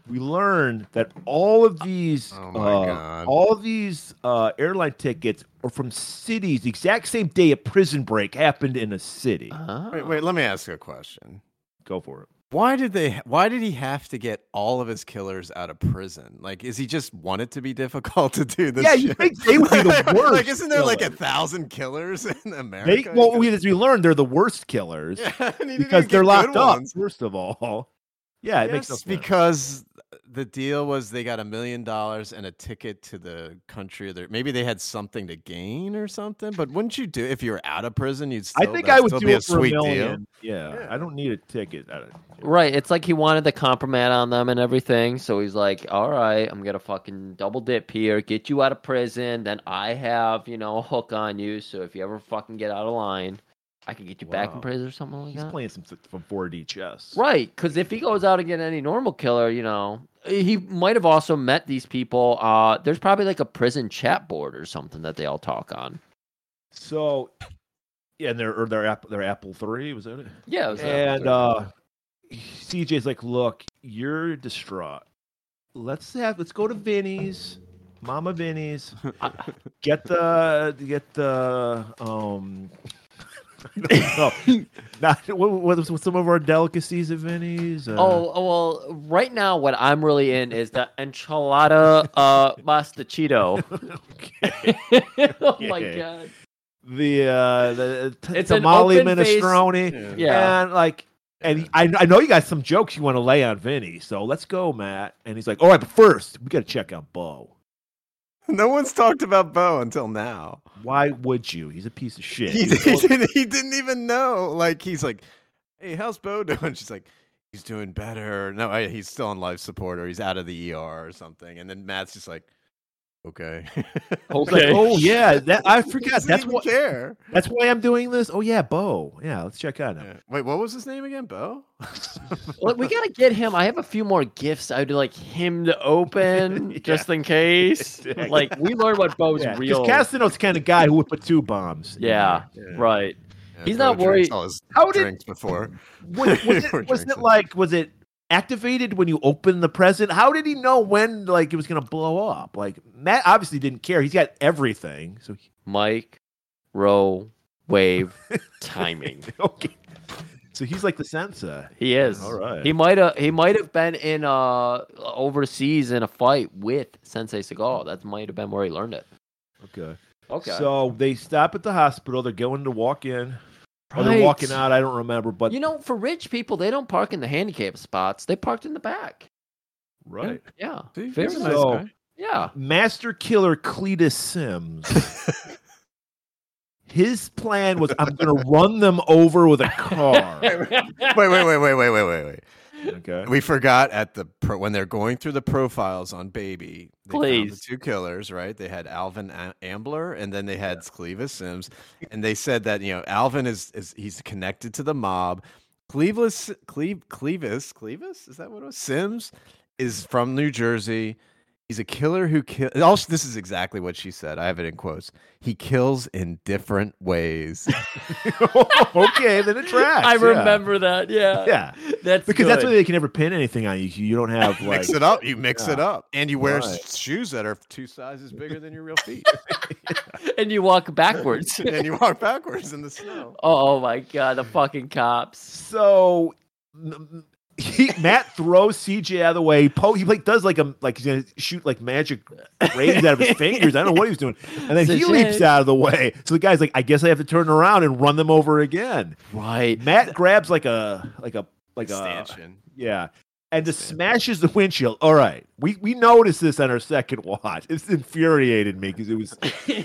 We learn that all of these
Oh my
uh,
God.
all of these uh, airline tickets are from cities the exact same day a prison break happened in a city.
Ah.
Wait, wait. Let me ask you a question.
Go for it.
Why did they? Why did he have to get all of his killers out of prison? Like, is he just want it to be difficult to do this?
Yeah,
shit?
you think they would be the worst
like, isn't there like a
killer.
thousand killers in
They,
America?
well, we, as we learned, they're the worst killers
Yeah, and he didn't
because
even
they're
get
locked
good
up.
ones.
First of all, yeah, it makes no
Yes,
sense.
because the deal was they got a million dollars and a ticket to the country. Of their, maybe they had something to gain or something. But wouldn't you do if you were out of prison? You'd
I
still,
think
that'd
I would
still
do
be a
it for a
sweet deal.
million. Yeah,
Yeah.
I don't need a ticket. I don't-
Right. It's like he wanted the compromat on them and everything. So he's like, all right, I'm going to fucking double dip here, get you out of prison. Then I have, you know, a hook on you. So if you ever fucking get out of line, I can get you back
Wow.
in prison or something like
He's
that.
playing some from 4D chess.
Right. Because if he goes out and get any normal killer, you know, he might have also met these people. Uh, there's probably like a prison chat board or something that they all talk on.
So, yeah, and their or their Apple their Apple Three was that it?
Yeah. It was a-
And uh, CJ's like, look, you're distraught. Let's have let's go to Vinny's, Mama Vinny's. Get the get the um. no, not what, what, what's some of our delicacies at Vinny's? Uh,
Oh, oh, well, right now what I'm really in is the enchilada uh mastachito. oh my
Okay.
god.
the uh the t-
It's an
tamale
open face-
minestrone
Yeah.
and like and he- I, I know you got some jokes you want to lay on vinny so let's go matt and he's like all right but first we got to check out bo
No one's talked about Bo until now.
why would you he's a piece of shit
He, he, didn't, he didn't even know. Like he's like, "Hey, how's Bo doing?" She's like, "He's doing E better." No, I, he's still on life support, or he's out of the ER or something. And then Matt's just like, Okay.
It's like,
Okay.
oh yeah, that I forgot.
Doesn't
That's
even
what.
care.
That's why I'm doing this. Oh yeah, Bo. Yeah, let's check out him.
Yeah. Wait, what was his name again? Bo?
Well, we gotta get him. I have a few more gifts. I'd like him to open
Yeah.
just in case.
Exactly.
Like we learned what Bo's
Yeah, 'cause
real.
Castano's the kind of guy who would put two bombs. in
Yeah,
there.
right.
Yeah,
He's
Bo
not
drinks
worried-
All his
How did
drinks before.
was, was
We're
it, wasn't it
drinking.
like was it activated when you opened the present? How did he know when like it was gonna blow up? Like Matt obviously didn't care. He's got everything. So he,
Mike, roll, wave, timing.
okay. So he's like the sensor.
He is.
All right.
He might have. He might have been in uh overseas in a fight with Sensei Seagal. That might have been where he learned it.
okay.
Okay.
So they stop at the hospital. They're going to walk in. Or they're walking
Right.
out. I don't remember, but
You know, for rich people, they don't park in the handicap spots. They parked in the back.
right.
Yeah.
See,
Very
he's a
nice.
So-
guy.
Yeah.
Master Killer Cletus Sims. His plan was I'm gonna run them over with a car.
Wait, wait, wait, wait, wait, wait, wait, wait.
Okay.
We forgot at the pro- when they're going through the profiles on Baby. They found the
Please.
two killers, right? They had Alvin A- Ambler, and then they had Clevis Sims, and they said that you know Alvin is is he's connected to the mob. Clevis Cleve Clevis Clevis is that what it was? Sims is from New Jersey. He's a killer who kills. Also, this is exactly what she said. I have it in quotes. He kills in different ways.
okay, then it tracks.
I
yeah.
remember that. Yeah.
Yeah.
That's
Because that's why
good.
they can never pin anything on you. You don't have like
mix it up. You mix it
Yeah.
up, and you wear s-
Right.
shoes that are two sizes bigger than your real feet.
and you walk backwards.
and you walk backwards in the snow.
oh my god, the fucking cops.
so. m- He, Matt throws CJ out of the way. Po, he like does like a like he's gonna shoot like magic rays out of his fingers. I don't know what he was doing, and then he
CJ.
leaps out of the way. So the guy's like, "I guess I have to turn around and run them over again."
Right.
Matt grabs like a like a like uh, a
Stanchion.
yeah, and just
Stanchion.
smashes the windshield. All right, we we noticed this on our second watch. It's infuriated me because it was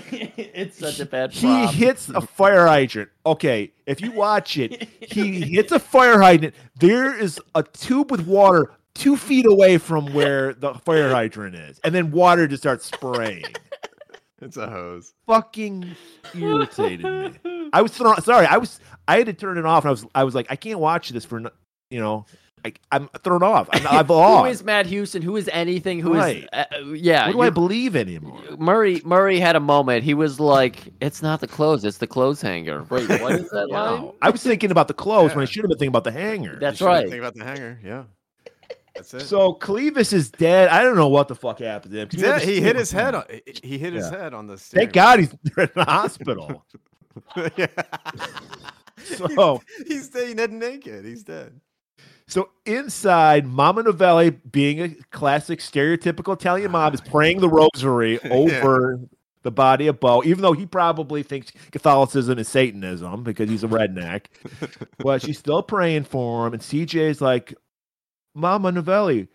it's such a bad
he
prop.
hits a fire hydrant. Okay, if you watch it, he hits a fire hydrant. There is a tube with water two feet away from where the fire hydrant is, and then water just starts spraying.
It's a hose.
Fucking irritated me. I was thrown, sorry. I was I had to turn it off, and I was I was like I can't watch this for no- you know I, I'm thrown off. I'm, I've
Who
lost.
is Matt Houston? Who is anything? Who is
Right.
uh, uh, yeah?
what do I
you-
believe anymore?
Murray Murray had a moment. He was like, "It's not the clothes, it's the clothes hanger." Wait, what is that line?
Wow. I was thinking about the clothes when I
Yeah.
should have been thinking about the hanger.
That's
You shouldn't
right.
Think about the hanger. Yeah. That's it.
So Clevis is dead. I don't know what the fuck happened to him. 'cause
yeah,
never
he
seen
hit
him
his
again.
head. On, he- he hit his
Yeah.
head on the. Steering
Thank God he's in the hospital.
wheel. yeah.
So,
he's dead, dead naked. He's dead.
so inside, Mama Novelli, being a classic stereotypical Italian mom,
Ah,
is praying the rosary over the body of Bo, even though he probably thinks Catholicism is Satanism because he's a redneck. but she's still praying for him, and CJ's like, Mama Novelli.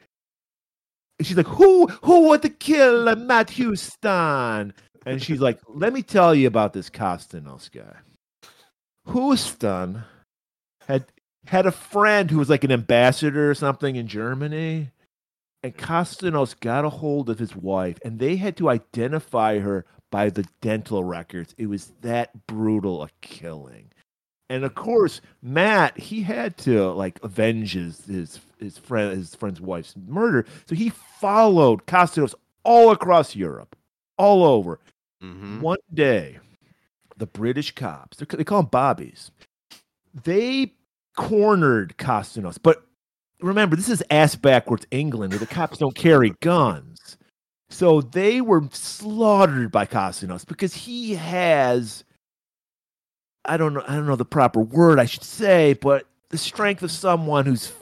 And she's like, Who who would the killer Matt Houston? And she's like, Let me tell you about this Costanos guy. Houston had had a friend who was like an ambassador or something in Germany. And Costanos got a hold of his wife, and they had to identify her by the dental records. It was that brutal a killing. And of course, Matt, he had to like avenge his his, his friend his friend's wife's murder. So he followed Costanos all across Europe, all over.
Mm-hmm.
One day, the British cops, they're- they call them Bobbies, they cornered Costanos. But remember, this is ass backwards England where the cops don't carry guns. So they were slaughtered by Costanos because he has I don't know I don't know the proper word I should say, but the strength of someone who's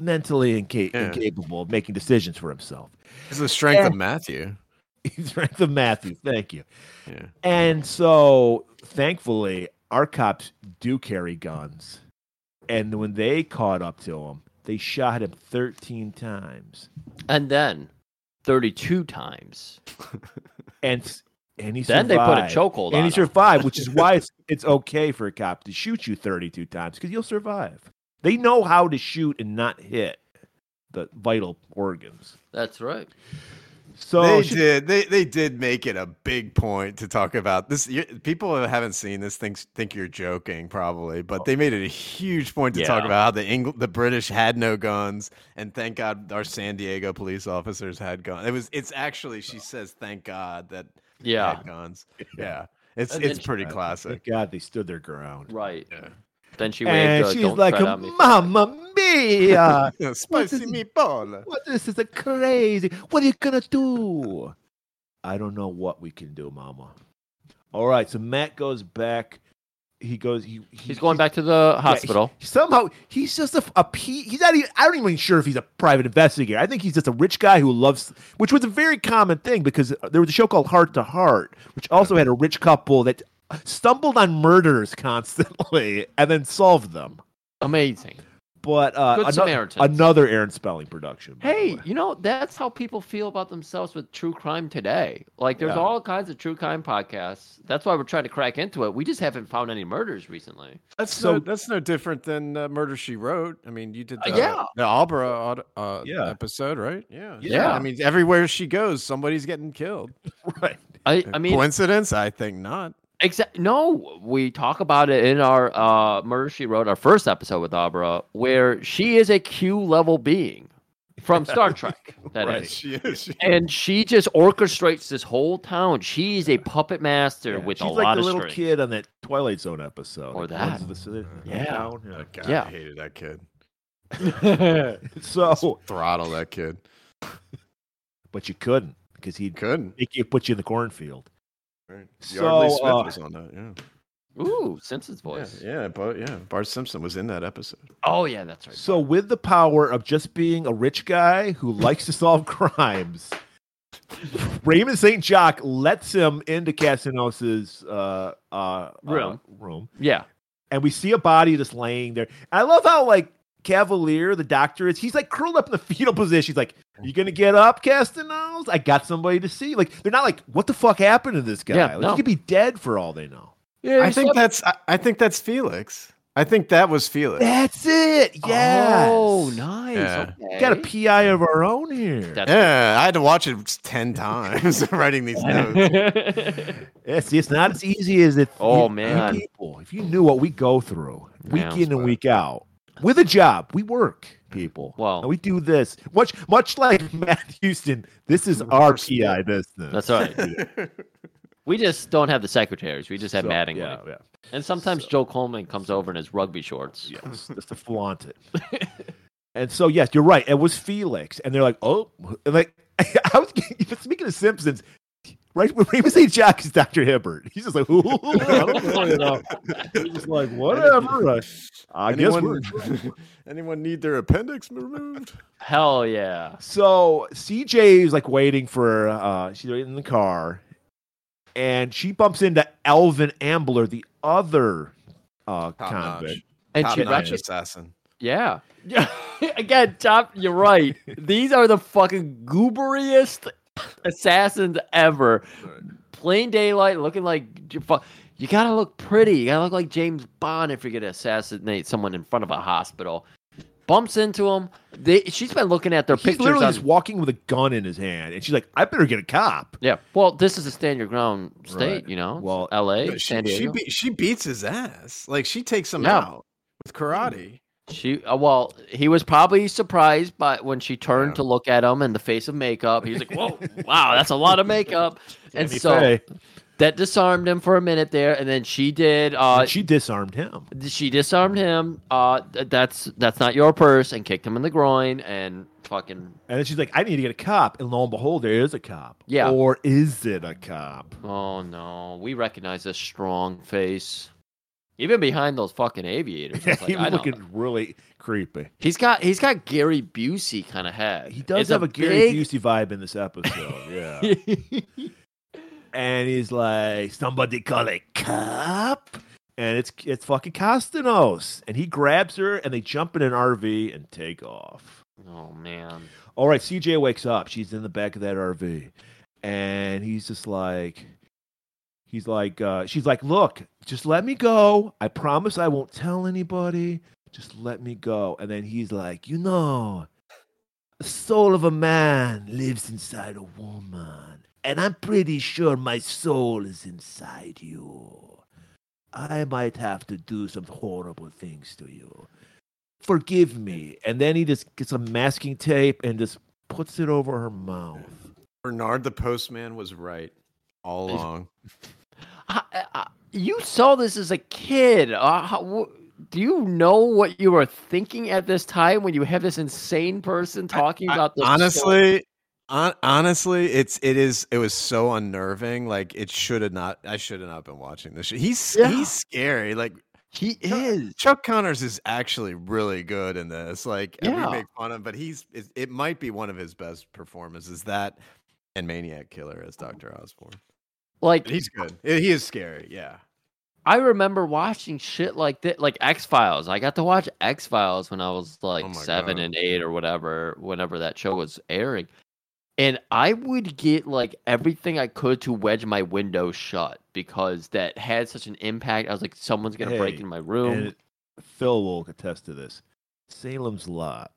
mentally inca-
Yeah.
incapable of making decisions for himself.
It's the strength
Yeah.
of Matthew.
strength of Matthew, thank you.
Yeah.
And so, thankfully, our cops do carry guns. And when they caught up to him, they shot him 13 times.
And then, thirty-two times.
And and he
Then they put a
survived.
chokehold
And
on.
he
him.
survived, which is why it's, it's okay for a cop to shoot you 32 times because you'll survive. They know how to shoot and not hit the vital organs.
That's right.
So
they
she-
did. They they did make it a big point to talk about this. You, people who haven't seen this think think you're joking probably, but they made it a huge point to talk
Yeah.
about how the Engl- the British had no guns, and thank God our San Diego police officers had guns. It was. It's actually she says thank God that they
Yeah.
had guns. Yeah, it's
And
it's
then-
pretty
Uh,
classic.
Thank God they stood their ground.
Right.
Yeah.
Then she
and
waved.
she's
uh, Don't
like,
tread on me.
"Mamma mia,
Uh,
Spicy meatball.
what this is a crazy. What are you gonna do?" I don't know what we can do, Mama. All right, so Matt goes back. He goes. He, he-
He's going back to the
yeah, he-
hospital.
somehow he's just a, f- a P. He's not even. I'm not even sure if he's a private investigator. I think he's just a rich guy who loves, which was a very common thing because there was a show called Heart to Heart, which also had a rich couple that stumbled on murders constantly and then solved them.
Amazing.
But uh,
Good
ano-
Samaritans.
another Aaron Spelling production. by the
Hey,
way.
you know, that's how people feel about themselves with true crime today. Like, there's
Yeah.
all kinds of true crime podcasts. That's why we're trying to crack into it. We just haven't found any murders recently.
That's
So-
no, that's no different than uh, Murder She Wrote. I mean, you did
Uh,
the,
yeah.
the Albra aud- uh,
Yeah.
episode, right? Yeah.
Yeah.
I mean, everywhere she goes, somebody's getting killed. Uh,
right?
I, I mean,
coincidence? I think not.
Exactly. No, we talk about it in our uh, Murder She Wrote, our first episode with Abra, where she is a Q level being from Star Trek. That is,
Right.
She is. She,
And she just orchestrates this whole town. She's a puppet master
Yeah,
with
she's
a
like
lot
the
of
little
strength.
kid on that Twilight Zone episode.
Or
that runs
that.
the city-
Yeah.
town, yeah.
Oh, God,
Yeah.
I hated that kid.
So,
Throttle that kid.
but you couldn't because he'd
Couldn't.
make you put you in the cornfield.
Right.
So,
Yardley Smith
uh,
was on that. Yeah.
Ooh, Simpson's
Yeah.
voice.
Yeah. Bart, yeah. Bart Simpson was in that episode.
Oh, yeah, that's right.
So, with the power of just being a rich guy who likes to solve crimes, Raymond St. Jock lets him into Casanos's uh, uh, uh,
Room.
room,
yeah.
and we see a body just laying there. I love how like Cavalier, the doctor, is he's like curled up in the fetal position. He's like, "You gonna get up, Castanos? I got somebody to see." Like, they're not like, "What the fuck happened to this guy?"
Yeah,
like,
no.
He could be dead for all they know.
Yeah. I
he
think
slept-
that's. I, I think that's Felix. I think that was Felix.
That's it. Yeah.
Oh, nice.
Yeah.
Okay.
Got a PI of our own here.
That's-
Yeah, I had to watch it ten times writing these notes.
It's, it's not as easy as it.
Oh,
you- you
man.
people, if you knew what we go through week
Yeah.
in and week out with a job, we work, people.
Well-
and we do this much, much like Matt Houston. This is our
First
PI business.
that's all right. We just don't have the secretaries. We just have
So,
Mattingly.
Yeah, yeah.
And sometimes Joe Coleman comes over in his rugby shorts.
yeah just, just to flaunt it. and so, yes, you're right. It was Felix, and they're like, oh, and like I was speaking of Simpsons. Right when Raymond St. Jack is Dr. Hibbert, he's just like, ooh, I don't know,
Oh,
you know. He's just like, whatever. I, I guess we're.
anyone, anyone need their appendix removed?
Hell yeah.
So CJ is like waiting for uh she's waiting in the car and she bumps into Alvin Ambler, the other uh convict.
And
Top
she
notch
recogn-
assassin.
yeah. Again, Chop, you're right. These are the fucking gooberiest assassins ever. Plain daylight, looking like you fu- you gotta look pretty. You gotta look like James Bond if you're gonna assassinate someone in front of a hospital. Bumps into him. They, she's been looking at their
He's
pictures.
literally
On,
just walking with a gun in his hand and she's like, I better get a cop.
yeah. Well, this is a stand your ground state,
Right.
you know.
Well,
Well, L.A.
But she,
San
she,
Diego.
be, she beats his ass. Like she takes him
Yeah.
out with karate.
She uh, well, he was probably surprised by when she turned
Yeah.
to look at him and the face of makeup. He's like, "Whoa, wow, that's a lot of makeup." and
Tammy
so
Faye.
that disarmed him for a minute there, and then she did. Uh,
And she disarmed him.
she-, disarmed him. Uh, th- that's that's not your purse, and kicked him in the groin, and fucking
And then she's like, I need to get a cop. And lo and behold, there is a cop.
Yeah.
Or is it a cop?
oh no, we recognize this strong face, even behind those fucking aviators.
Yeah,
It's like,
he was
I know.
looking really creepy.
He's got he's got Gary Busey kind of head.
He does
It's
have a, Gary
big-
Busey vibe in this episode. Yeah. and he's like, "Somebody call a cop!" And it's it's fucking Costanos, and he grabs her, and they jump in an RV and take off.
oh man.
All right, CJ wakes up. She's in the back of that RV, and he's just like, he's like, uh, she's like, "Look, just let me go. I promise I won't tell anybody. Just let me go." And then he's like, "You know, The soul of a man lives inside a woman, and I'm pretty sure my soul is inside you. I might have to do some horrible things to you. Forgive me. And then he just gets some masking tape and just puts it over her mouth.
Bernard the postman was right all
He's-
along.
I- I- I- you saw this as a kid. Uh, how, wh- do you know what you were thinking at this time when you have this insane person talking
I-
about this?
honestly hon- honestly it's it is it was so unnerving like it should have not i should have not been watching this shit. he's
Yeah.
he's scary like
he
Chuck-
is.
chuck connors is actually really good in this like and
Yeah.
we make fun of him but he's it, it might be one of his best performances that and maniac killer as dr osborne
Like
But he's good He- he is scary yeah
I remember watching shit like that, like X Files. I got to watch X Files when I was like
Oh my
seven
God.
and eight or whatever, whenever that show was airing. And I would get like everything I could to wedge my window shut because that had such an impact. I was like, someone's gonna break
Hey,
in my room.
And Phil will attest to this. Salem's Lot,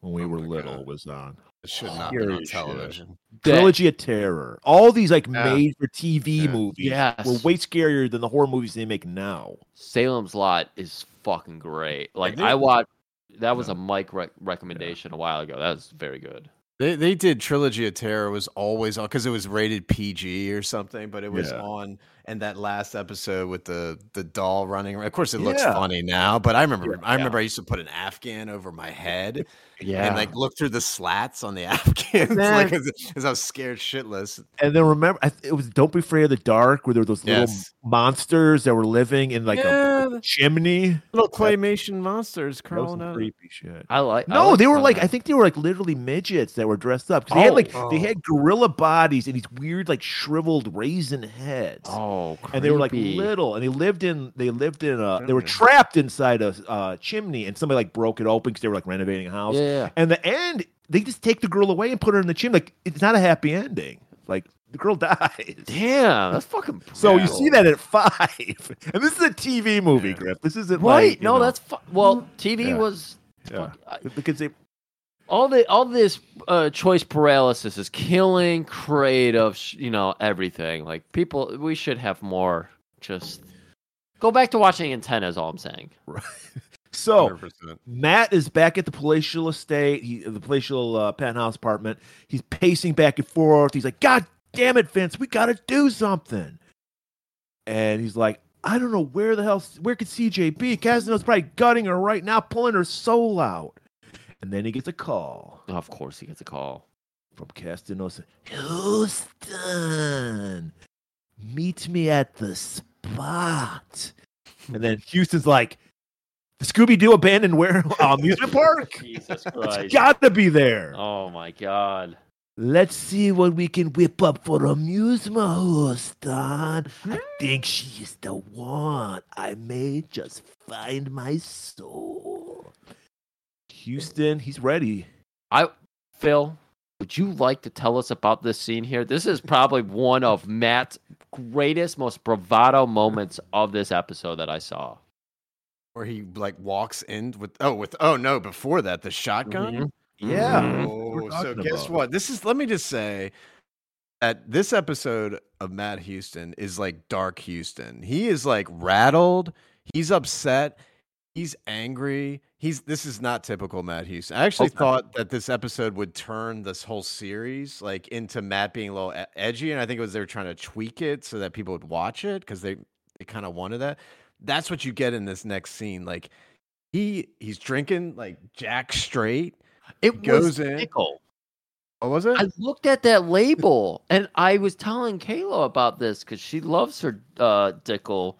when we
Oh
were
my
little,
God.
was on.
it should not be
Scary
on
shit.
television
That-
Trilogy of Terror. All these like
Yeah.
made for TV
Yeah.
movies
Yes.
were way scarier than the horror movies they make now.
Salem's Lot is fucking great. Like
think-
I watched. That was
Yeah.
a Mike rec- recommendation a while ago. That was very good.
They they did Trilogy of Terror was always on because it was rated PG or something, but it was
Yeah.
on. And that last episode with the the doll running, around- of course, it looks
Yeah.
funny now, but I remember I
yeah.
remember I used to put an Afghan over my head
Yeah,
and like look through the slats on the Afghans, like because I was scared shitless.
And then remember, I th- it was Don't Be Afraid of the Dark, where there were those little
Yes.
monsters that were living in like a- a,
Yeah.
chimney.
Little claymation monsters
That was
crawling
some
out.
creepy shit.
I like. I
No, they were
some
like
of
I think they were like literally midgets that were dressed up because they had
Oh.
like they
Oh.
had gorilla bodies and these weird like shriveled raisin heads.
that. Oh, creepy.
and they were like little and they lived in they lived in a they were
Chimney.
trapped inside a uh, chimney and somebody like broke it open because they were like renovating a house
Yeah, yeah.
and the end they just take the girl away and put her in the chimney like it's not a happy ending like the girl dies
Damn, that's fucking.
so you
brutal.
see that at five and this is a tv movie
Yeah.
griff this isn't
Right?
like, you
no,
know, Mm.
that's fu- well. TV
Yeah.
was
yeah.
fuck-
because they
all the all this uh, choice paralysis is killing creative. Sh- you know everything. Like people, we should have more. Just go back to watching antenna. Is all I'm saying.
so
100%.
Matt is back at the palatial estate, he, the palatial uh, penthouse apartment. He's pacing back and forth. He's like, God damn it, Vince, we got to do something. And he's like, I don't know where the hell, where could CJ be? Casano's probably gutting her right now, pulling her soul out. And then he gets a call
Of course, he gets a call.
from Castanos. Houston, meet me at the spot. And then Houston's like, the Scooby Doo abandoned where amusement park?
Jesus
It's
Christ!
gotta be there.
Oh my God!
Let's see what we can whip up for amusement, Houston.
Hmm.
I think she is the one. I may just find my soul. Houston, he's ready.
I Phil, would you like to tell us about this scene here? This is probably one of Matt's greatest, most bravado moments of this episode that I saw.
Where he like walks in with oh with oh no before that the shotgun.
Mhm.
Hmm.
Yeah.
Mhm.
we're
Oh, so
talking
guess
about.
what? This is. Let me just say that this episode of Matt Houston is like dark Houston. He is like rattled. He's upset. He's angry. He's. This is not typical Matt Houston. I actually
Okay.
thought that this episode would turn this whole series like into Matt being a little e- edgy, and I think it was they were trying to tweak it so that people would watch it because they they kind of wanted that. That's what you get in this next scene. Like he he's drinking like Jack straight.
It
Goes
was
in.
pickle.
What was it?
I looked at that label and I was telling Kayla about this because she loves her uh, Dickel.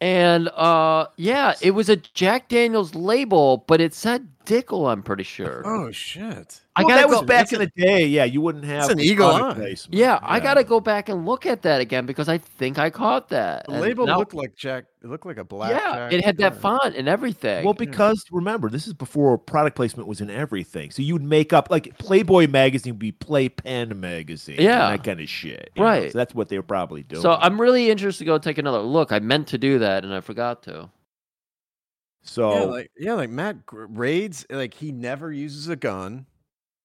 And uh, yeah, it was a Jack Daniels label, but it said Dickel, I'm pretty sure.
Oh shit!
I
well,
gotta
that was
go-
back
that's
in the day. Yeah, you wouldn't have
that's an eagle
product
eye.
placement.
yeah, I gotta go back and look at that again because I think I caught that.
The
And
label
now-
looked like Jack. It looked like a black.
yeah,
Jack
it had that
Daniels.
font and everything.
Well, because remember, this is before product placement was in everything. So you'd make up like Playboy magazine would be Playpen magazine. and
Yeah.
that kind of shit. you know?
Right.
So that's what they were probably doing.
so I'm really interested to go take another look. I meant to do that and I forgot to.
so
Oh.
Yeah, like yeah, like Matt gr- raids. Like he never uses a gun.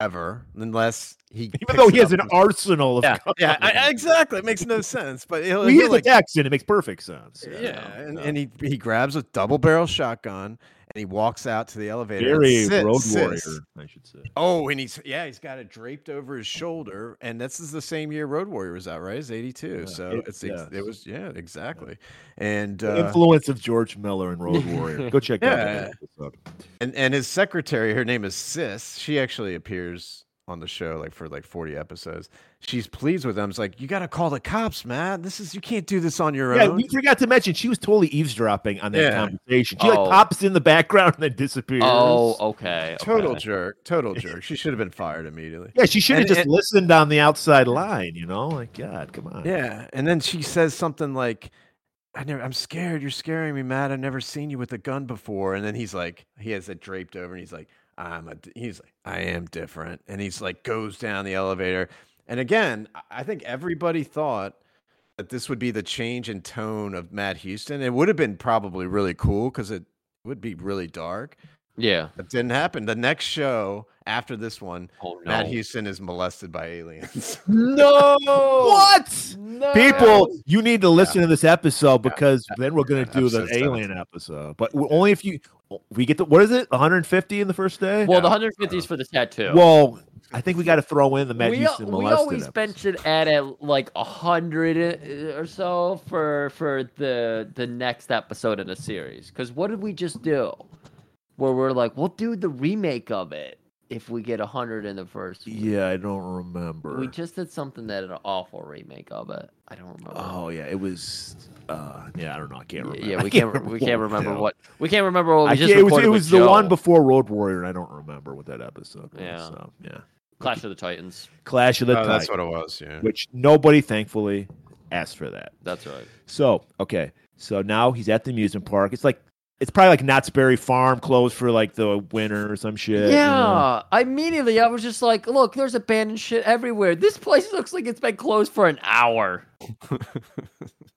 ever, unless he.
Even though
picks
he
it
has an
up.
arsenal of
Yeah,
guns.
yeah, I- I- exactly. It makes no sense, but he'll,
he
he'll,
is
like,
like, a Texan. It makes perfect sense.
yeah,
no,
and,
no.
and he he grabs a double barrel shotgun and he walks out to the elevator. and
very
sits-
road
sits.
warrior, I should say.
Oh, and he's yeah, he's got it draped over his shoulder, and this is the same year Road Warrior was out, right? It's eighty two,
Yeah,
so
it-
it's ex-
yes.
it was yeah, exactly, and
The
uh,
influence of George Miller and Road Warrior. Go check out that episode.
and and his secretary, her name is Sis. She actually appears on the show like for like forty episodes. She's pleased with him. It's like you got to call the cops, Matt. This is you can't do this on your
Yeah,
own.
we forgot to mention she was totally eavesdropping on that
Yeah.
conversation. She like
Oh.
pops in the background and then disappears.
Oh, okay.
total
okay.
jerk, total jerk. She should have been fired immediately.
yeah, she should have
And-
just
and-
listened on the outside line. You know, like God, come on.
Yeah, and then she says something like, "I never, I'm scared. You're scaring me, Matt. I've never seen you with a gun before." And then he's like, he has it draped over, and he's like, "I'm a," d- he's like, "I am different," and he's like, goes down the elevator, and again, I- I think everybody thought that this would be the change in tone of Matt Houston. It would have been probably really cool because it would be really dark.
Yeah.
That didn't happen. The next show after this one,
Oh no.
Matt Houston is molested by aliens.
no.
What?
No.
People, you need to listen to this episode because then we're going to do the
Episode seven.
alien episode. But w- only if you we get the what is it 150 in the first day.
Well, the 150 is for the tattoo.
Well, I think we got to throw in the Matt
we,
Houston
we
molested.
always
episode.
bench it at at like a hundred uh, or so for for the the next episode in a series. Because what did we just do? Where we're like, we'll do the remake of it if we get a hundred in the first. one.
Yeah, I don't remember.
We just did something that an awful remake of it. I don't remember.
oh yeah, it was. Uh, yeah, I don't know. I can't remember.
yeah,
I
we can't, re- we can't remember what we can't remember what we
I
just
can't- it was.
recorded
It
with
was the one
Joe.
before Road Warrior, and I don't remember what that episode was.
Yeah.
so, yeah.
Clash of the Titans.
Clash of the
oh, that's
Titans,
what it was. Yeah.
which nobody thankfully asked for that.
That's right.
So okay, so now he's at the amusement park. It's like it's probably like Knott's Berry Farm closed for like the winter or some shit. you know?
Yeah, I immediately I was just like, look, there's abandoned shit everywhere. This place looks like it's been closed for an hour.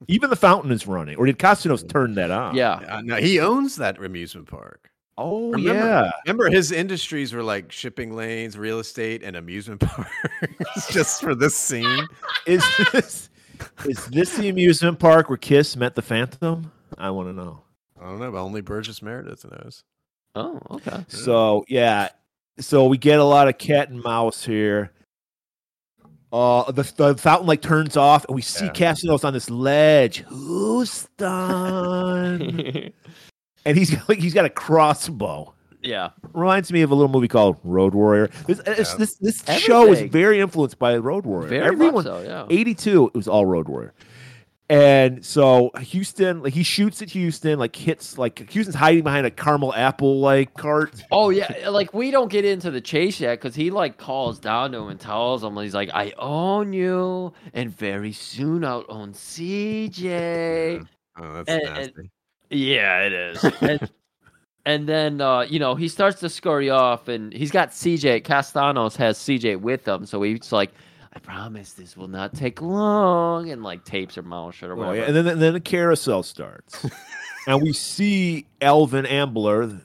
Even the fountain is running. Or did Costinos turn that on?
Yeah.
Uh, no, he owns that amusement park.
Oh
Remember,
yeah.
remember his industries were like shipping lanes, real estate, and amusement parks just for this scene.
Is this is this the amusement park where Kiss met the Phantom? I want to know.
I don't know, but only Burgess Meredith knows.
Oh, okay.
So yeah, so we get a lot of cat and mouse here. Uh, the, the fountain like turns off, and we see
Yeah.
Cassinos on this ledge. Who's done? and he's got, like, he's got a crossbow.
yeah.
Reminds me of a little movie called Road Warrior. This uh,
Yeah.
this, this, this show is
Everything.
very influenced by Road Warrior.
Very
Everyone,
much so, yeah.
82 it was all road warrior and so houston like he shoots at houston like hits like houston's hiding behind a caramel apple like cart
Oh yeah, like we don't get into the chase yet because he like calls down to him and tells him he's like, "I own you, and very soon I'll own CJ."
Oh, that's
And-
nasty.
and- Yeah, it is. and, and then uh, you know he starts to scurry off, and he's got CJ. Castanos has CJ with him, so he's like, "I promise this will not take long," and like tapes her mouth shut or
Oh,
whatever.
yeah. and then, then the carousel starts and we see elvin ambler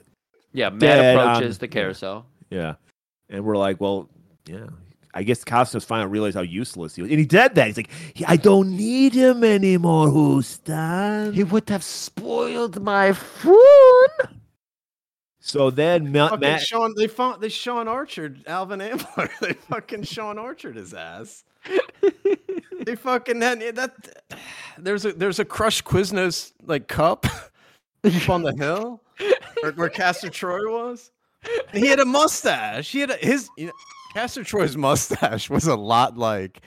yeah, Matt
Dead on-
approaches the carousel.
yeah and we're like well yeah I guess Costas finally realized how useless he was. And he did that. He's like, I don't need him anymore, Houston.
He would have spoiled my fun.
so then Ma-
Fucking
Matt,
Sean, they found they Sean Archer, Alvin Ambler. They fucking Sean Archer his ass. they fucking had that. There's a there's a crushed Quiznos like cup up on the hill where, where Castor Troy was. And he had a mustache. He had a, his you know, Castor Troy's mustache was a lot like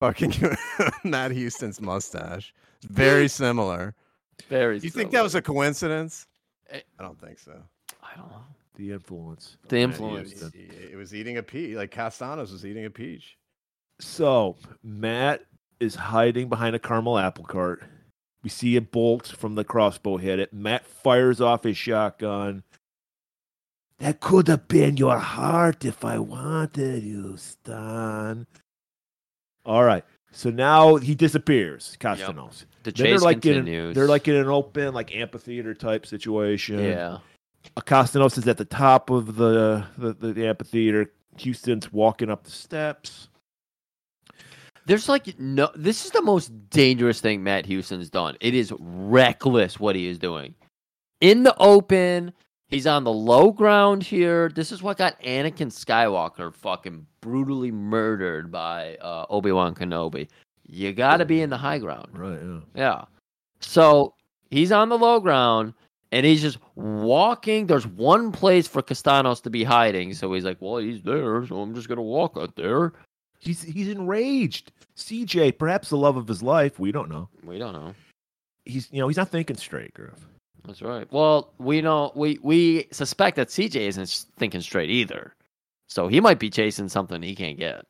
fucking Matt Houston's mustache. Very similar.
Very.
You think that was a coincidence?
Eh.
I don't think so.
I don't know.
the influence.
The
Matt
influence.
Houston.
It was eating a peach. Like Castanos was eating a peach.
So Matt is hiding behind a caramel apple cart. We see a bolt from the crossbow hit it. Matt fires off his shotgun. That could have been your heart if I wanted you, Stan. All right. So now he disappears, Castanos.
The
Then
chase
like in
continues.
they're like in an open like amphitheater type situation. Uh,
yeah.
Castanos is at the top of the the, the, the amphitheater. Houston's walking up the steps.
There's like no. This is the most dangerous thing Matt Houston's done. It is reckless what he is doing. In the open, he's on the low ground here. This is what got Anakin Skywalker fucking brutally murdered by uh, Obi Wan Kenobi. You got to be in the high ground.
Right. Yeah.
Yeah. So he's on the low ground and he's just walking. There's one place for Castanos to be hiding. So he's like, well, he's there. So I'm just going to walk out there.
He's he's enraged. CJ, perhaps the love of his life. We don't know.
We don't know.
He's you know he's not thinking straight, Griff.
That's right. Well, we know we we suspect that CJ isn't thinking straight either. So he might be chasing something he can't get.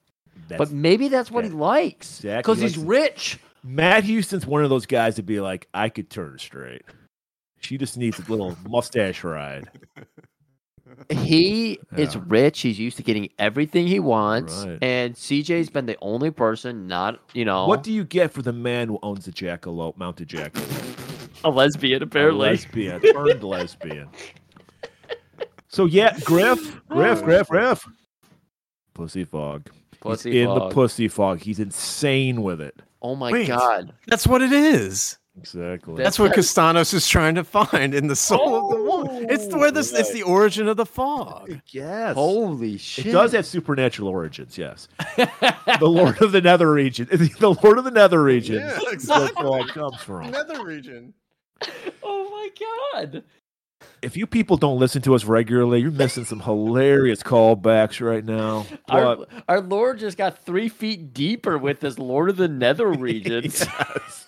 That's,
but maybe that's what he
that-
likes
exactly
because
he
he's
likes-
rich.
Matt Houston's one of those guys to be like, I could turn straight. She just needs a little mustache ride.
He is
Yeah.
rich. He's used to getting everything he wants,
Right.
and CJ's been the only person not, you know,
What do you get for the man who owns a jackalope, mounted jackalope?
a lesbian apparently.
A lesbian, turned lesbian. So yeah, Griff, Griff, Griff, Griff. Pussy fog.
Oh. Pussy
He's in
fog.
the pussy fog. He's insane with it.
oh my
Wait.
god!
That's what it is.
Exactly.
That's
That's what Castanos is trying to find in the soul of the woman. It's where this. It's the origin of the fog.
yes.
Holy shit!
It does have supernatural origins, yes. the Lord of the Nether region. The Lord of the Nether region.
Yeah,
That's
exactly.
where it comes from.
Another region.
oh my god!
If you people don't listen to us regularly, you're missing some hilarious callbacks right now.
Our,
But-
our Lord just got three feet deeper with this Lord of the Nether regions.
Yes.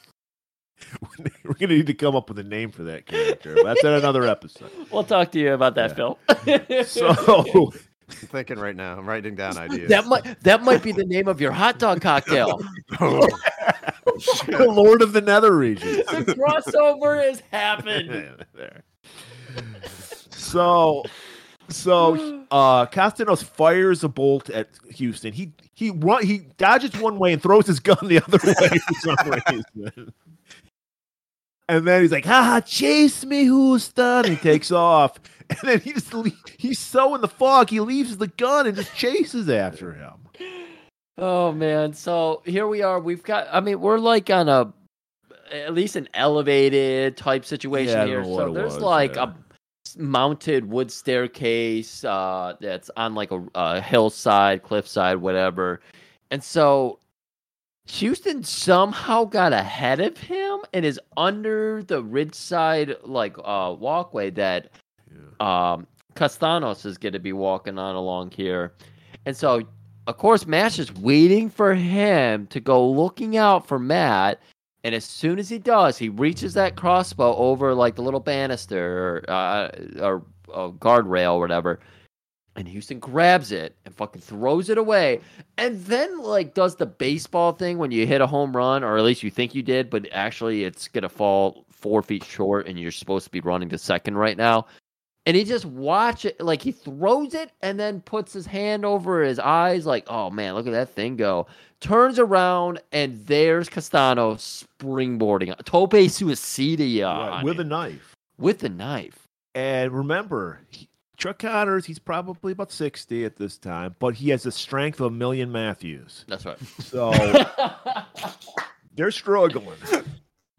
We're gonna need to come up with a name for that character. but That's at another episode.
We'll talk to you about that, Phil.
So
I'm thinking right now. I'm writing down ideas.
that might that might be the name of your hot dog cocktail.
the Lord of the Nether region.
the crossover has happened.
there. So, so uh, Castanos fires a bolt at Houston. He he run, he dodges one way and throws his gun the other way for some reason. And then he's like, "Ha! Chase me, Houston!" He takes off, and then he just le- he's so in the fog he leaves the gun and just chases after him.
Oh man! So here we are. We've got. I mean, we're like on a at least an elevated type situation
Yeah, I don't
here.
know what
So
it
there's
was,
like
yeah.
a mounted wood staircase uh, that's on like a, a hillside, cliffside, whatever. And so Houston somehow got ahead of him and is under the ridgeside like uh, walkway that um, Castanos is going to be walking on along here. And so, of course, Mash is waiting for him to go looking out for Matt. And as soon as he does, he reaches that crossbow over like the little banister or, uh, or uh, guardrail or whatever. And Houston grabs it and fucking throws it away. And then, like, does the baseball thing when you hit a home run, or at least you think you did, but actually it's going to fall four feet short and you're supposed to be running to second right now and he just watch it like he throws it and then puts his hand over his eyes like oh man look at that thing go turns around and there's castano springboarding tope suicida
Right,
on
with a
him
knife.
with the knife
And remember, he, Chuck Connors, he's probably about 60 at this time, but he has the strength of a million Matthews.
that's right
So they're struggling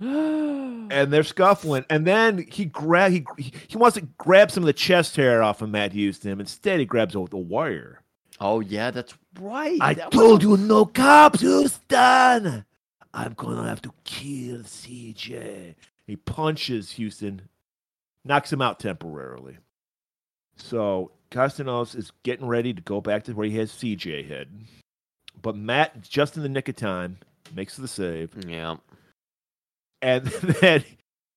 Oh,
and they're scuffling. And then he grab he, he he wants to grab some of the chest hair off of Matt Houston. Instead, he grabs a, the wire.
oh yeah that's right
I
That was-
told you no cops, Houston. I'm gonna have to kill CJ. He punches Houston, knocks him out temporarily. So Castanos is getting ready to go back to where he has CJ hidden. But Matt, just in the nick of time, makes the save.
yeah
And then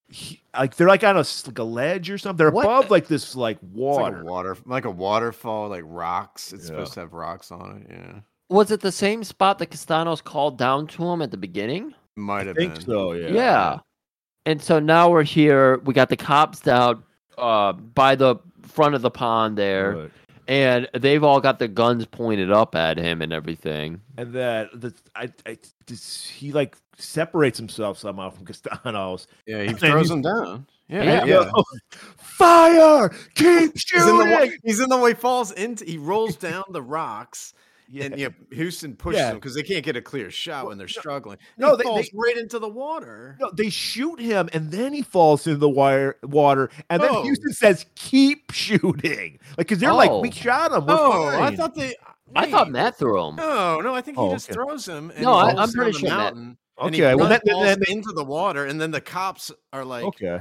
he, like they're like on a, s- like a ledge or something. They're
What
above
the-
like this like
It's
water.
Like a water, like a waterfall, like rocks. It's
Yeah.
supposed to have rocks on it. Yeah,
was it the same spot that castanos called down to him at the beginning
might have
think
been.
so, yeah.
Yeah. And so now we're here. We got the cops down uh, by the front of the pond there.
Right.
and they've all got their guns pointed up at him and everything.
and that the I, I this, he like separates himself somehow from Castano's.
Yeah, he
And
throws
he's-
him down.
Yeah.
Yeah, yeah.
And he goes, Fire! Keep
He's, in the
shooting!
way, he's in the way. Falls into. He rolls down the rocks,
Yeah.
and yeah, Houston pushes
Yeah.
him because they can't get a clear shot when they're struggling.
no,
No,
they-
they falls
they-
right into the water.
No, they shoot him, and then he falls into the wire water, and then
Oh.
Houston says, "Keep shooting," like because they're
Oh.
like, "We shot him." We're
Oh, I
fine."
thought they.
I thought
wait.
Matt threw him.
No, no, I think he
Oh,
just
okay.
throws him. And
No,
he
I- I'm
falls
pretty
down
sure
the
that-
mountain, and he
Okay, well
run-
then, then,
falls
then-
into the water, and then the cops are like
okay.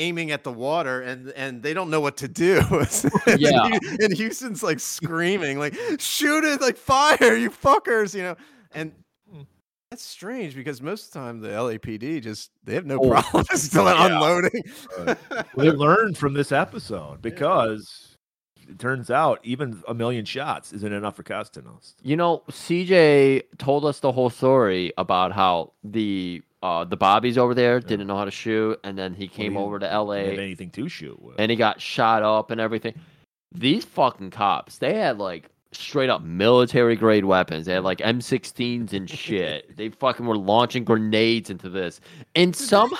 aiming at the water, and and they don't know what to do. And
Yeah.
Hu- and Houston's like screaming, like shoot it, like fire, you fuckers, you know. And
Hmm.
that's strange because most of the time the LAPD just they have no
Oh,
problems still
yeah.
unloading.
Well, they learned from this episode because it turns out even a million shots isn't enough for Castanos.
You know, CJ told us the whole story about how the uh, the Bobbies over there didn't know how to shoot, and then he came
he-
over to LA
They didn't have anything to shoot with.
and he got shot up and everything. These fucking cops, they had like straight up military grade weapons. They had like M16s and shit. they fucking were launching grenades into this, and some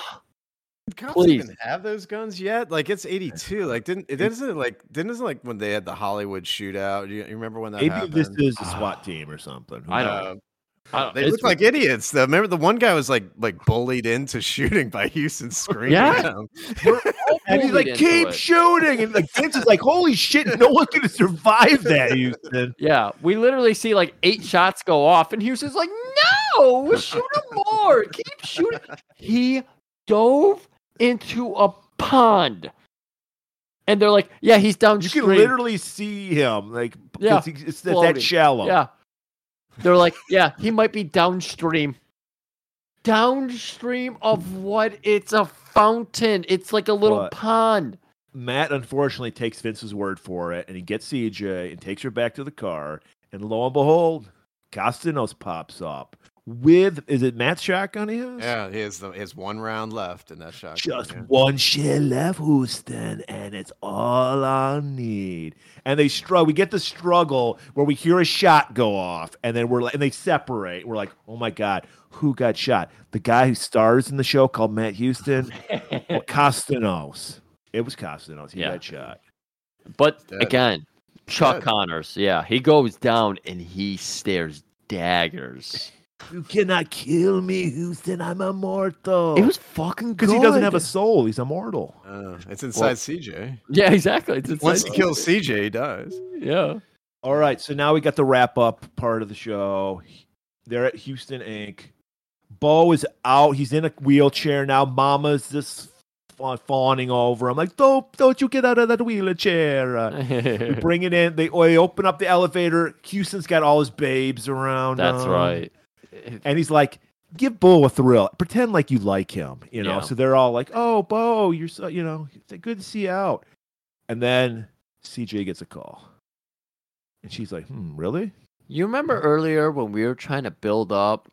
cops
Please.
even have those guns yet? Like it's eighty two. Like didn't it isn't like didn't isn't like when they had the Hollywood shootout? You, you remember when that
Maybe
happened? Ah.
this is a SWAT team or something. Who
I don't
knows?
Uh,
I don't-
they
it's-
looked like idiots. Though. Remember the one guy was like like bullied into shooting by Houston screaming.
Yeah.
at him.
And he's
bullied
like,
into
keep
it.
shooting. And like, Vince is like, holy shit, no one's going to survive that, Houston.
Yeah, we literally see like eight shots go off, and Houston's like, "No, shoot him more, keep shooting." He dove into a pond, and they're like, "Yeah, he's
You
downstream."
can literally see him. Like,
Yeah,
because he- it's that,
floating.
that shallow.
yeah, they're like, "Yeah, he might be downstream." Downstream of what? It's a fountain. It's like a little
Hmm. What?
pond.
Matt unfortunately takes Vince's word for it and he gets CJ and takes her back to the car. And lo and behold, Costanos pops up with, is it Matt's shotgun he has?
Yeah, he has the he has one round left in that shot.
Just
yeah.
one shit left, Houston, and it's all I need. And they struggle. We get the struggle where we hear a shot go off, and then we're like, and they separate. We're like, oh my god, who got shot? The guy who stars in the show called Matt Houston, well, Costanos. It was Costanos. He
Yeah.
got shot.
But
Dead.
again, Chuck
Dead.
Connors, yeah, he goes down and he stares daggers.
You cannot kill me, Houston. I'm immortal.
It was fucking good.
because he doesn't have a soul. He's immortal.
Uh, it's inside CJ.
Yeah, exactly. It's inside
Once he
the-
kills CJ, he dies.
Yeah.
All right, so now we got the wrap up part of the show. They're at Houston Inc. Bo is out. He's in a wheelchair now. Mama's just fa- fawning over him, like, "Don't, don't you get out of that wheelchair." Uh, they
That's
bring it in. They, they open up the elevator. Houston's got all his babes around. him.
right.
And he's like, "Give Bo a thrill. Pretend like you like him." You know.
Yeah.
So they're all like, "Oh, Bo, you're so you know, it's good to see you out." And then CJ gets a call, and she's like, "Hmm, really?"
You remember earlier when we were trying to build up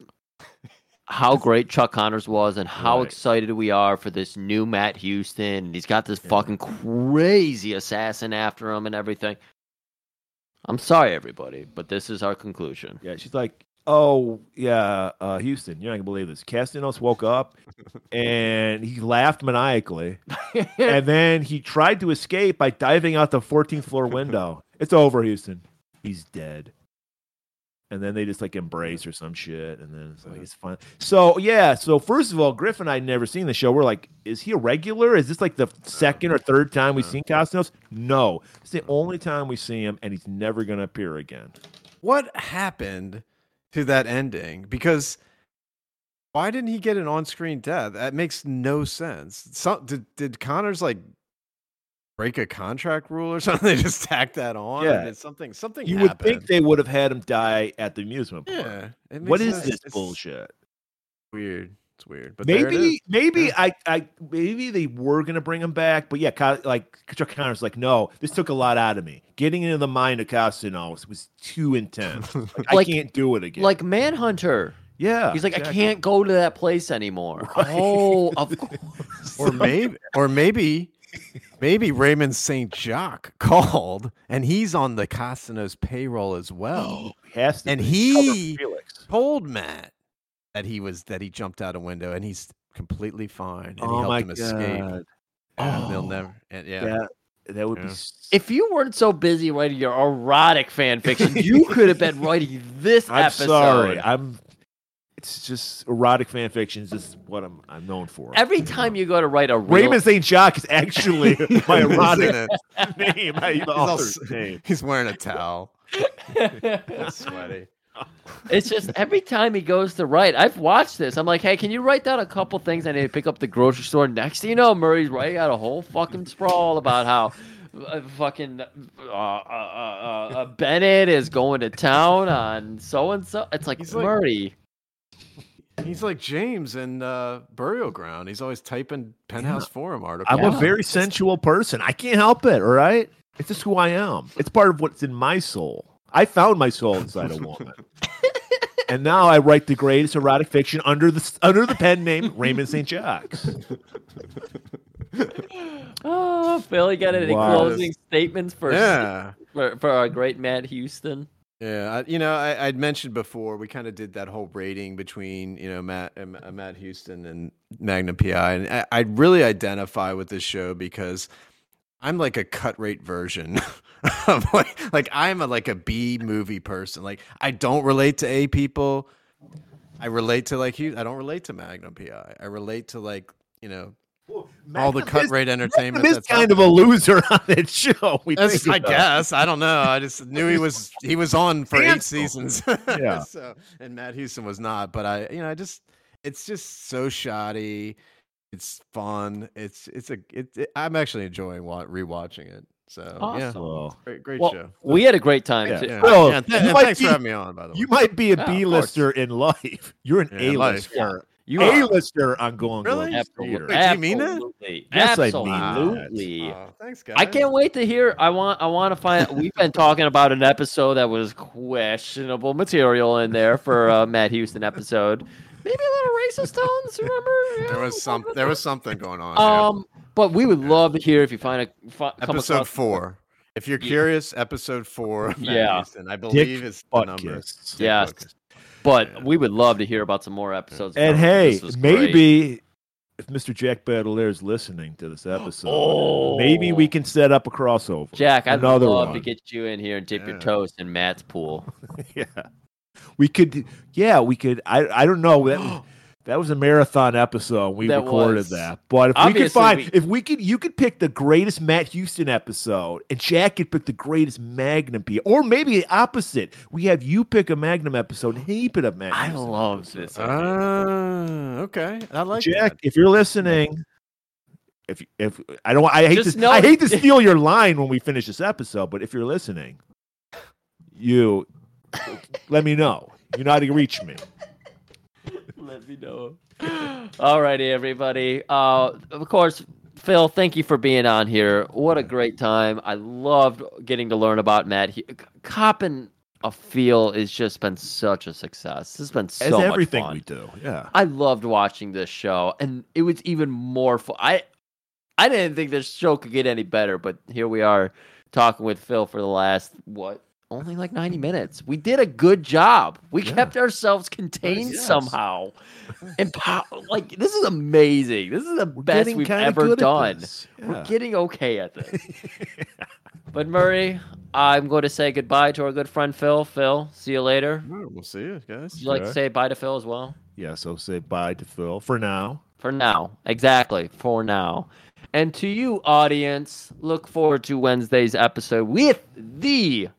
how great Chuck Connors was and how
Right.
excited we are for this new Matt Houston and he's got this fucking crazy assassin after him and everything. I'm sorry everybody, but this is our conclusion.
Yeah, she's like, "Oh yeah, uh, Houston, you're not gonna believe this." Castanos woke up, and he laughed maniacally, and then he tried to escape by diving out the 14th floor window. It's over, Houston. He's dead. And then they just like embrace or some shit, and then it's like it's fun. So yeah, so first of all, Griff and I had never seen the show. We're like, is he a regular? Is this like the second or third time we've seen Castanos? No, it's the only time we see him, and he's never gonna appear again.
What happened to that ending? Because why didn't he get an on-screen death? That makes no sense. Some, did did Connors like break a contract rule or something? They just tacked that on.
Yeah.
and it's something something
You would
happened.
think they would have had him die at the amusement park.
yeah. it
What
makes
is
no-
this
it's
bullshit?
Weird. It's weird. But there it is.
Maybe, maybe
Yeah.
I, I, maybe they were gonna bring him back, but yeah, Co- like Chuck Connors, like, no, this took a lot out of me. Getting into the mind of Castanos was too intense. Like,
Like-
I can't do it again.
Like Manhunter.
yeah,
He's like I
exactly.
can't go to that place anymore.
Right.
Oh, of course.
or maybe or maybe Maybe Raymond St. Jacques called, and he's on the Castanos payroll as well.
Has to
And
be.
he-
Cover Felix.
Told Matt that he was that he jumped out a window, and he's completely fine, and he
Oh
helped
my
him escape.
god!
Yeah, They'll
Oh.
never. And yeah,
That that would
Yeah.
be. s-
If you weren't so busy writing your erotic fan fiction, you could have been writing this
I'm
episode.
sorry, I'm. It's just erotic fan fiction is just what I'm I'm known for.
Every time you go to write a real-
Raymond St. Jacques is actually my
Isn't
erotic
it?
name. My
He's all
author's
s-
name.
He's wearing a towel. That's sweaty.
It's just every time he goes to write, I've watched this. I'm like, hey, can you write down a couple things I need to pick up at the grocery store? Next thing you know, Murray's writing out a whole fucking sprawl about how uh, fucking uh, uh, uh, uh, Bennett is going to town on so and so. It's like
He's like-
Murray.
He's like James in uh, Burial Ground. He's always typing Penthouse Forum articles.
I'm
Yeah.
a very sensual person. I can't help it. All right, it's just who I am. It's part of what's in my soul. I found my soul inside a woman, and now I write the greatest erotic fiction under the s- under the pen name Raymond St. Jacques.
Oh, Philly got any
Wow.
closing statements for,
yeah.
for for our great Matt Houston?
Yeah, I, you know, I, I'd mentioned before we kind of did that whole rating between you know Matt um, uh, Matt Houston and Magnum PI, and I, I really identify with this show because I'm like a cut rate version of like like I'm a, like a B movie person. Like I don't relate to A people. I relate to like Hugh- I don't relate to Magnum PI. I relate to like you know all the cut rate entertainment.
This
that's out
kind of a loser on that show. We
that's,
think
I
about.
guess I don't know. I just knew he was he was on for eight
Cancel.
seasons.
Yeah.
So and Matt Houston was not, but I you know I just it's just so shoddy. It's fun. It's it's a it, it- I'm actually enjoying wa- rewatching it. So yeah,
Awesome.
Oh.
great great
Well,
show.
we had a great time.
Yeah.
too.
Yeah.
Well,
yeah, th-
you
and
might
thanks
be-
for having me on by the way.
You might be a
Yeah, of
B lister in life. You're an
Yeah,
A
in life.
lister.
You
A
are
lister on Golden
Really?
Globes
absolutely.
theater.
Wait, do you mean that?
absolutely.
Yes, I mean
absolutely.
that.
Aw, Uh, thanks guys.
I can't wait to hear. I want. I want to find. We've been talking about an episode that was questionable material in there for a Matt Houston episode. Maybe a little racist tones. Remember? Yeah,
There
we
was
talked
some
about
there
that.
was something going on. there.
Um, but we would love to hear if you find a fi- come
episode
across-
four. If you're
Yeah.
curious, episode four. Of Matt
Yeah.
Houston. I believe it's the
Fuck
numbers.
yes.
Dick
Yes.
Buckus.
But
Yeah.
we would love to hear about some more episodes.
And
Carl.
hey,
This was great.
maybe if Mr. Jack Baudelaire is listening to this episode,
Oh.
maybe we can set up a crossover.
Jack, I'd
another
love
one.
to get you in here and dip your
Yeah.
toes in Matt's pool.
yeah, we could. Yeah, we could. I I don't know that. was- That was a marathon episode. We
That
recorded
was.
that, but if we could
Obviously,
find,
we-
if we could, you could pick the greatest Matt Houston episode, and Jack could pick the greatest Magnum P, or maybe the opposite. We have you pick a Magnum episode, and he pick a Magnum.
I love this.
Ah, okay. I like
Jack, if you're listening, if if I don't, I hate
Just
to,
know-
I hate to steal your line when we finish this episode, but if you're listening, you let me know. You know how to reach me.
Let me know. All righty, everybody. Uh, of course, Phil, thank you for being on here. What a great time. I loved getting to learn about Matt. He- copping a feel has just been such a success. This has been so
As
much
everything
fun.
we do, yeah.
I loved watching this show, and it was even more fun. I, I didn't think this show could get any better, but here we are talking with Phil for the last, what, only like 90 minutes. We did a good job. We
Yeah.
kept ourselves contained
Yes.
somehow. And po- like, this is amazing. This is the best we've ever done. We're getting okay at this. but Murray, I'm going to say goodbye to our good friend Phil. Phil, see you later.
that. Alright, We'll see you
Would
guys.
you like to
Sure.
say bye to Phil as well?
yeah, so say bye to Phil for now.
For now. Exactly. For now. And to you, audience, look forward to Wednesday's episode with the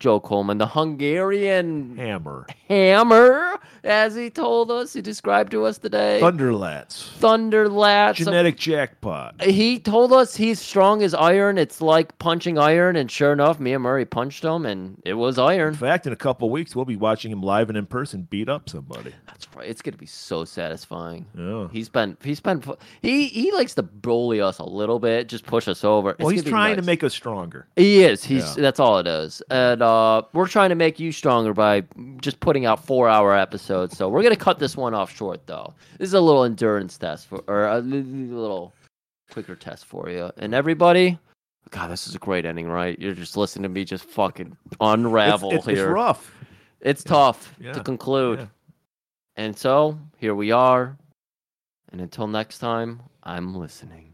Joe Coleman, the Hungarian
Hammer,
hammer, as he told us, he described to us today.
Thunderlats,
Thunderlats.
genetic jackpot.
He told us he's strong as iron. It's like punching iron. And sure enough, Mia Murray punched him, and it was
In
iron.
fact, in a couple weeks, we'll be watching him live and in person beat up somebody.
That's right. It's going to be so satisfying.
Yeah.
He's been, he's been, he he likes to bully us a little bit, just push us over. It's
Well, he's
gonna be
trying
nice.
to make us stronger.
He is. He's
Yeah.
that's all it is. And uh, we're trying to make you stronger by just putting out four hour episodes. So we're gonna cut this one off short, though. This uh, is a little endurance test for, or a li- li- little quicker test for you. And everybody, God, this is a great ending, right? You're just listening to me just fucking unravel
it's, it's,
here.
it's rough.
It's tough
Yeah,
to conclude.
yeah.
And so here we are. And until next time, I'm listening.